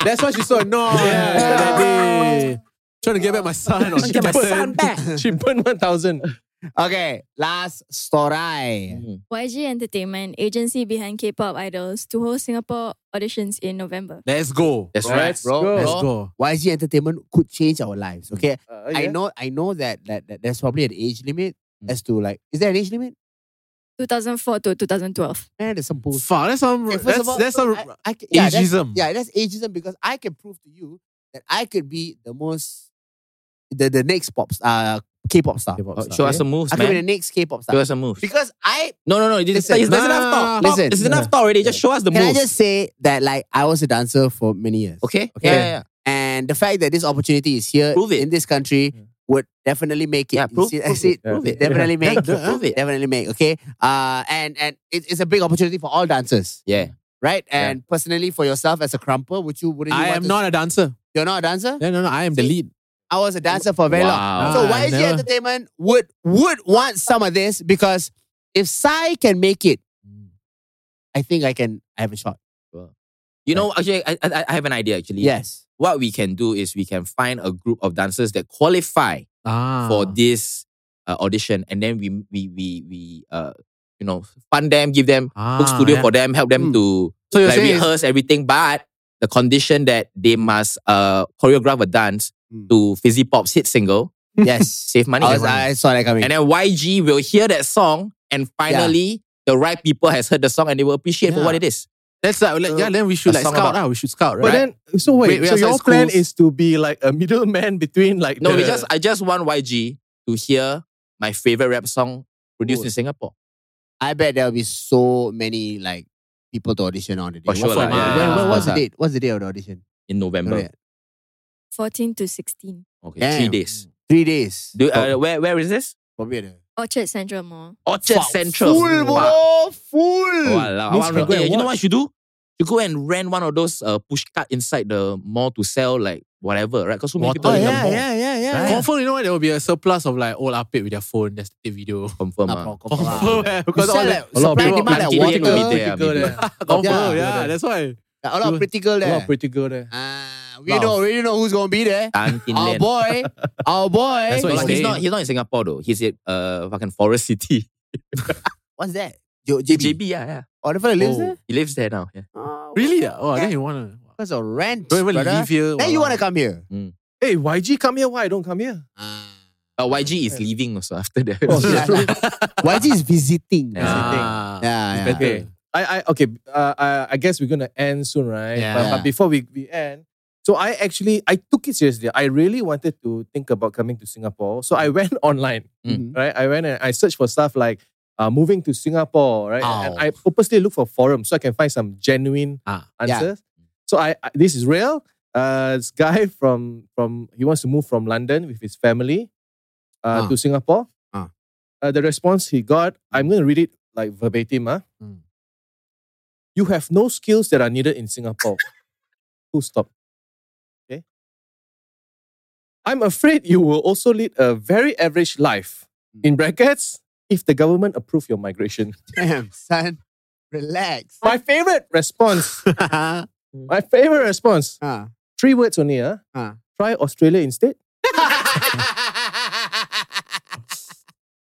D: That's why she's so annoyed. that day. Trying to get back my son. Or
E: Get my son
D: back.
E: she burned one thousand.
B: *laughs* Okay, last story.
C: Mm.
F: YG Entertainment, agency behind K-pop idols, to host Singapore auditions in November.
D: Let's go.
C: That's
E: Right.
C: right, bro.
E: Go.
D: Let's
C: bro.
D: go.
B: YG Entertainment could change our lives. Okay,
E: *laughs* Uh,
B: I
E: yeah.
B: know, I know that, that that there's probably an age limit
C: Mm.
B: as to like, is there an age limit?
F: 2004 to 2012.
B: Man, there's some bullshit.
D: Fuck, that's some.
B: Okay, first
D: that's,
B: of all,
D: that's some.
B: I, I, can- yeah, that's-
D: ageism.
B: Yeah, that's ageism because I can prove to you that I could be the most the the next pop star, uh, K-pop star.
D: K-pop
C: Uh,
D: star.
C: show us some moves,
B: I could be the
C: man.
B: next K-pop
C: Show
B: star
C: us some moves.
B: eh? because I
C: No, no, no. It's,
B: Listen.
C: it's, there's
D: No, no,
C: enough
D: no,
C: talk.
B: no.
C: Stop.
B: Listen.
C: It's enough talk already. Just show us the
B: can I
C: moves.
B: just say that like I was a dancer for many years.
C: okay?
B: Okay.
C: Yeah, yeah, yeah.
B: and the fact that this opportunity is here
C: Prove it.
B: in this country
E: Yeah.
B: would definitely make it.
C: Yeah,
B: You
C: prove-
B: see, I
C: prove
B: *laughs* see
C: it. Prove it.
B: Definitely
C: Yeah,
B: make.
C: *laughs* prove it.
B: Definitely make. Okay. Uh, and and it, it's a big opportunity for all dancers,
C: Yeah.
B: right? And personally, for yourself as a crumper, would you wouldn't? You
D: I am
B: want to-
D: not a dancer.
B: You're not a dancer.
D: No, no, no. I am the
B: See?
D: lead.
B: I was a dancer for very long.
C: Wow.
B: So
D: Ah,
B: YG
D: never.
B: Entertainment would would want some of this because if Psy can make it, I think I can. I have a shot.
C: You know, actually, I, I, I have an idea. Actually,
B: Yes.
C: What we can do is we can find a group of dancers that qualify
D: Ah.
C: for this uh, audition, and then we we we we uh you know fund them, give them
D: ah,
C: book studio
D: yeah.
C: for them, help them
B: Mm.
C: to
D: So you're
C: like
D: saying it's-
C: rehearse everything, but the condition that they must uh choreograph a dance
B: Mm.
C: to Fizzy Pop's hit single,
B: Yes.
C: *laughs* save money.
B: I, was, I saw that coming.
C: And then YG will hear that song, and finally the right people has heard the song, and they will appreciate for
D: Yeah.
C: what it is.
D: That's uh, like, like yeah. Then we should
C: a
D: like
C: song
D: scout. ah,
C: about-
D: we should scout, right?
E: But then, so wait.
D: Wait, wait,
E: so
D: so
E: your
D: it's
E: plan
D: schools-
E: is to be like a middleman *laughs* between like
C: No, we
E: the,
C: just I just want YG to hear my favorite rap song produced
B: Cool.
C: in Singapore.
B: I bet there'll be so many like people to audition on the day.
C: For sure
B: What's,
C: lah,
B: the-
D: yeah,
B: when-
D: yeah,
B: when-
D: of
B: what's the
C: course
B: date? What's the date of the audition?
C: in November.
B: Okay.
F: 14 to 16.
C: Okay,
B: Damn.
C: three days.
B: Three days.
C: Do, uh,
B: Prob-
C: where where is this?
B: probably at the-
F: Orchard Central Mall.
C: Orchard
B: Fuck,
C: Central.
B: Full, bro,
C: Wow.
B: full.
C: Walao, I
E: Means
C: wanna-
E: we go
C: eh,
E: and
C: you know what you do? You go and rent one of those uh, push cart inside the mall to sell like whatever, right? Because so many
D: Water
C: people
B: Oh,
C: in
B: yeah,
C: the mall.
B: yeah, yeah, yeah.
D: Right. Confirm, you know what? There will be a surplus of like old update with their phone. That's the *laughs* video.
C: Confirm.
B: Nah,
C: ah.
B: bro, confirm.
D: Confirm, eh, because
B: You
D: all
B: sell
D: that.
B: like,
E: a lot of
B: supply and
E: people-
B: demand like
C: Auntie
B: water.
C: Lien will be
B: Like,
C: there.
E: pretty girl
C: maybe.
E: there.
D: Confirm,
B: Yeah.
D: yeah. That's why.
B: a lot of pretty girl
E: A lot
B: there.
E: of pretty eh? girl there.
B: Ah, we know, we know who's gonna be there.
C: Tan Tin
B: Our
C: Lian.
B: Ah, boy, our boy.
D: That's what
C: No,
D: he's
C: he's
D: saying.
C: not. He's not in Singapore though. He's at uh fucking Forest City.
B: What's that? Jo- JB.
C: JB, yeah, yeah.
B: Oh, the fella lives
D: Oh.
B: there.
C: He lives there now. Yeah.
B: Oh,
D: Really? ah? Oh,
B: Yeah.
D: then you wanna
B: Because of rent,
D: don't even
B: brother.
D: leave here.
B: Then you
D: Walao.
B: wanna come here? Ah.
E: Hey, YG, come here. Why I don't come here?
C: Uh, YG is leaving also after that.
E: Oh,
B: yeah. *laughs* YG is visiting.
C: Yeah.
B: That's the thing.
D: Ah,
B: Yeah, yeah.
D: it's better.
E: Okay. I, I okay. Uh, I, I guess we're gonna end soon, right?
D: Yeah.
E: But, but before we, we end, so I actually I took it seriously. I really wanted to think about coming to Singapore, so I *laughs* went online,
C: Mm.
D: Mm-hmm.
E: right? I went and I searched for stuff like uh, moving to Singapore, right? And
D: Ow.
E: I purposely look for forums so I can find some genuine
D: Oh. Ah,
B: yeah.
E: answers. So I, I- this is real. Uh, this guy *laughs* from from he wants to move from London with his family uh,
D: Ah.
E: to Singapore.
D: Ah.
E: Uh, the response he got, I'm going to read it like verbatim. Huh?
D: Mm.
E: You have no skills that are needed in
D: *laughs*
E: Singapore. Full stop. Okay. I'm afraid you will also lead a very average life. In brackets, if the government approve your migration.
B: Damn, son.
C: *laughs*
B: Relax.
E: My favorite response.
B: Ah.
E: my favorite response. Three words only. Huh?
B: Ah.
E: Try Australia instead.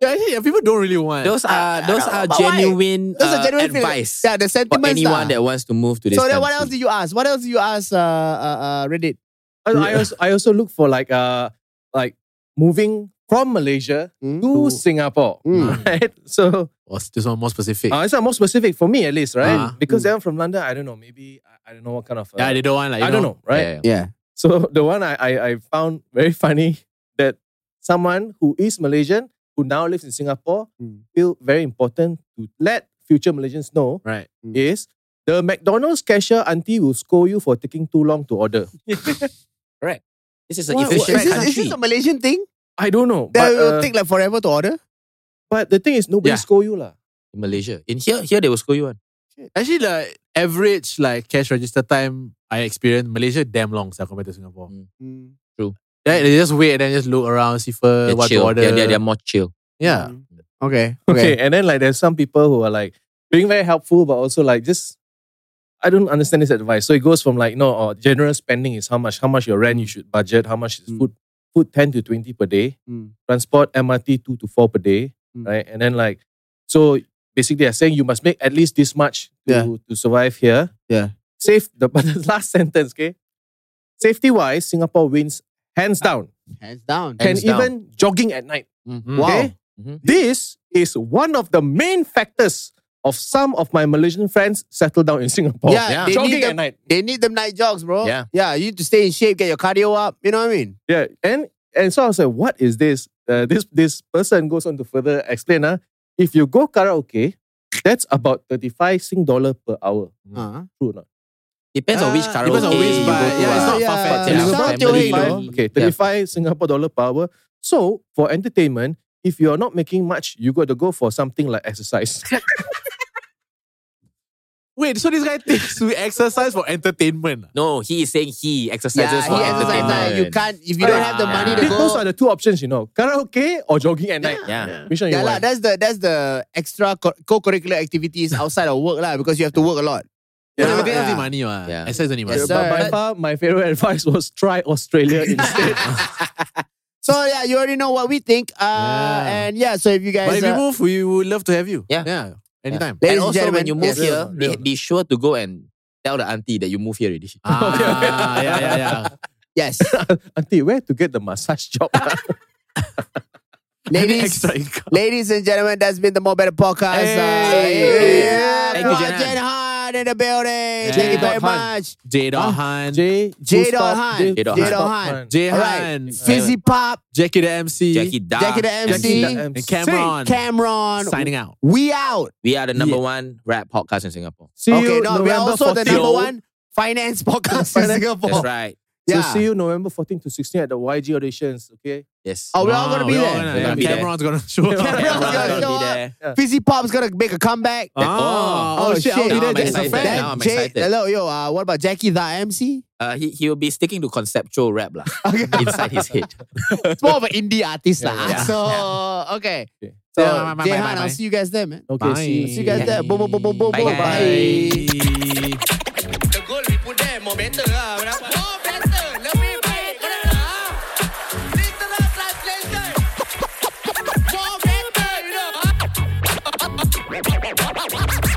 D: yeah, yeah, people don't really want.
C: Those are those
B: don't know,
C: are
B: but why?
C: genuine,
B: Those are
C: uh,
B: genuine feelings.
C: advice
B: Yeah, the
C: for
B: sentiments.
C: anyone
B: lah.
C: that wants to move to this.
B: so then what
C: country.
B: else did you ask? What else did you ask uh, uh, uh, Reddit?
E: I, I also I also look for like uh like moving from Malaysia
B: Hmm?
E: to Singapore,
C: Uh,
B: Mm.
E: right? So
D: Or this one more specific.
E: uh, it's not more specific for me at least, right?
D: Ah.
E: Because they're from London. I don't know. Maybe I, I don't know what kind of. Uh,
D: yeah, they don't want like. you
E: I don't know,
C: Yeah,
E: right?
C: yeah.
B: Yeah.
E: So the one I, I I found very funny that someone who is Malaysian who now lives in Singapore
B: Hmm.
E: feel very important to let future Malaysians know
D: Right.
E: is the McDonald's cashier auntie will scold you for taking too long to order.
C: This is an
E: What- what-
B: Is
C: efficient
B: this, is
E: Right,
C: country.
B: this a Malaysian thing?
E: I don't know.
B: That
E: But,
B: will
E: uh,
B: take like forever to order?
E: but the thing is, nobody
D: Yeah.
E: scold you lah.
C: in Malaysia. In here, here they will score you one.
D: Actually, the average like cash register time I experienced Malaysia damn long so compared to Singapore.
C: Hmm.
D: Yeah, they just wait and Mm. then just look around, see first
C: They're
D: what to
C: chill.
D: order.
C: They're, they're, they're more chill.
D: yeah.
B: Hmm. Okay. Okay.
E: Okay. and then like there's some people who are like being very helpful, but also like just I don't understand this advice. So it goes from like no, uh, general spending is how much, how much your rent you should budget, how much is
B: Mm.
E: food, food ten to twenty per day,
B: Mm.
E: transport MRT two to four per day,
B: Mm.
E: right? And then like so basically they're saying you must make at least this much to
B: Yeah.
E: to survive here.
B: Yeah.
E: Safe the, *laughs* but the last sentence, okay? Safety wise, Singapore wins hands down.
B: Ah, Hands down.
E: Can
C: Hands down.
E: even jogging at night.
D: Mhm.
B: Wow. Mm-hmm.
E: Okay?
C: Mhm.
E: This is one of the main factors of some of my Malaysian friends settle down in Singapore.
B: Yeah, Yeah. they
E: jogging
B: need
E: at
B: the-
E: night.
B: They need them night jogs, bro.
C: Yeah.
B: Yeah, you need to stay in shape, get your cardio up. You know what I mean?
E: Yeah, and and so I was like, what is this? Uh, this this person goes on to further explain. Uh, if you go karaoke, that's about thirty five Sing dollar per hour.
C: Hmm.
B: Uh-huh.
E: True or not?
C: Depends on which
B: Ah,
C: karaoke
D: depends on which,
C: you
D: but
C: go to.
D: yeah, it's
C: ah.
D: not
B: Yeah,
D: far-fetched.
C: yeah.
D: It's
C: It's
D: not
B: not
D: family,
B: too high,
D: though.
B: though.
E: Okay, thirty five Singapore dollar per hour. So for entertainment, if you are not making much, you got to go for something like exercise.
D: Wait, so this guy thinks we exercise for entertainment. ah?
C: No, he is saying he
B: Yeah,
C: exercises
B: he
C: for
B: exercise
C: entertainment.
B: night. You can't if *laughs* you don't have the
C: Ah.
B: money to
E: Th- Those
B: go.
E: are the two options, you know, karaoke or jogging at night.
C: Yeah.
E: Which one you
B: Yeah, lah.
E: want?
B: that's the that's the extra co- co-curricular activities outside of work, lah, because you have to work a lot.
D: But
B: Yeah.
D: everything else
B: Yeah.
D: need money, what?
C: Yeah.
D: Exercise only money.
B: Yes,
E: but
B: sir.
E: by far, my favorite *laughs* advice was try
B: *laughs*
E: Australia instead.
B: So yeah, you already know what we think. Uh,
D: Yeah.
B: and yeah, so if you guys
D: But if you
B: uh,
D: move, we would love to have you.
C: Yeah.
D: Yeah. Anytime. *laughs*
B: Ladies
C: and
B: and
C: also,
B: gentlemen,
C: when you move
B: yes.
C: here,
E: Real,
C: be,
E: real.
C: be sure to go and tell the auntie that you move here already.
D: Ah, yeah, yeah, yeah.
B: *laughs*
D: *laughs*
C: *laughs*
B: yes,
E: Auntie, where to get the massage
B: *laughs*
E: job? *laughs*
B: ladies,
D: Extra income.
B: ladies and gentlemen, that's been the More Better podcast. Uh,
D: Hey.
B: yeah,
C: Thank you,
B: for
C: Jenhan.
B: Jen Han in the building. Thank you
D: Jen
B: very
D: dot Han.
B: much.
D: J. Dot Han.
E: J.
B: J.
E: full
B: Dot
E: stop,
B: Han.
E: J.
C: J. Dot
E: full
B: Han.
E: stop,
B: Han.
E: Han.
D: J.
B: All right,
D: Han.
B: Fizzy Pop,
D: Jackie the MC.
C: *laughs* Jackie Da.
B: Jackie the
D: Jackie
B: MC,
D: Da-
E: MC.
D: and Cameron.
B: Cameron.
D: Signing out.
B: We out.
C: We are the number one rap podcast in Singapore.
E: See
B: okay,
E: you
B: no, we
E: November
B: are also the
E: 14.
B: number one finance podcast in
E: Finance-
B: Singapore.
C: That's right.
B: Yeah.
E: So see you November 14 to 16 at the YG auditions, okay?
C: Yes.
B: Oh, we're all
D: Wow,
B: gonna be
D: we're all
B: there.
C: We're
D: yeah.
C: gonna be there.
D: Cameron's gonna
B: *laughs*
D: show up.
E: Cameron's
C: Everyone's
D: *laughs*
B: gonna show
C: gonna be
B: up.
C: there.
B: Fizzy Pop's gonna make a comeback.
D: Oh,
C: Oh,
D: oh, shit. I'll be
C: Now
D: there
C: I'm
D: just as a
C: excited.
D: fan.
C: Now I'm
B: Jay-
C: excited.
B: hello, yo, uh, what about Jackie the MC?
C: Uh, he he will be sticking to conceptual rap lah
B: *laughs* Okay.
C: inside his head.
B: it's more of an indie artist.
E: Yeah,
B: lah.
E: yeah.
B: so, okay.
E: Okay.
B: So,
D: Yeah, bye, bye, bye,
B: Jehan,
D: bye, bye.
B: I'll see you guys there, man.
E: Okay, see you.
B: Oh, See you guys there. Boom, boom, boom, boom, boom,
C: Bye,
B: boom.
C: guys.
B: Bye.
D: Bye.
A: The goal we put there more better lah. Berapa? More better. Lebih baik lah. Literal translation. More better, you know.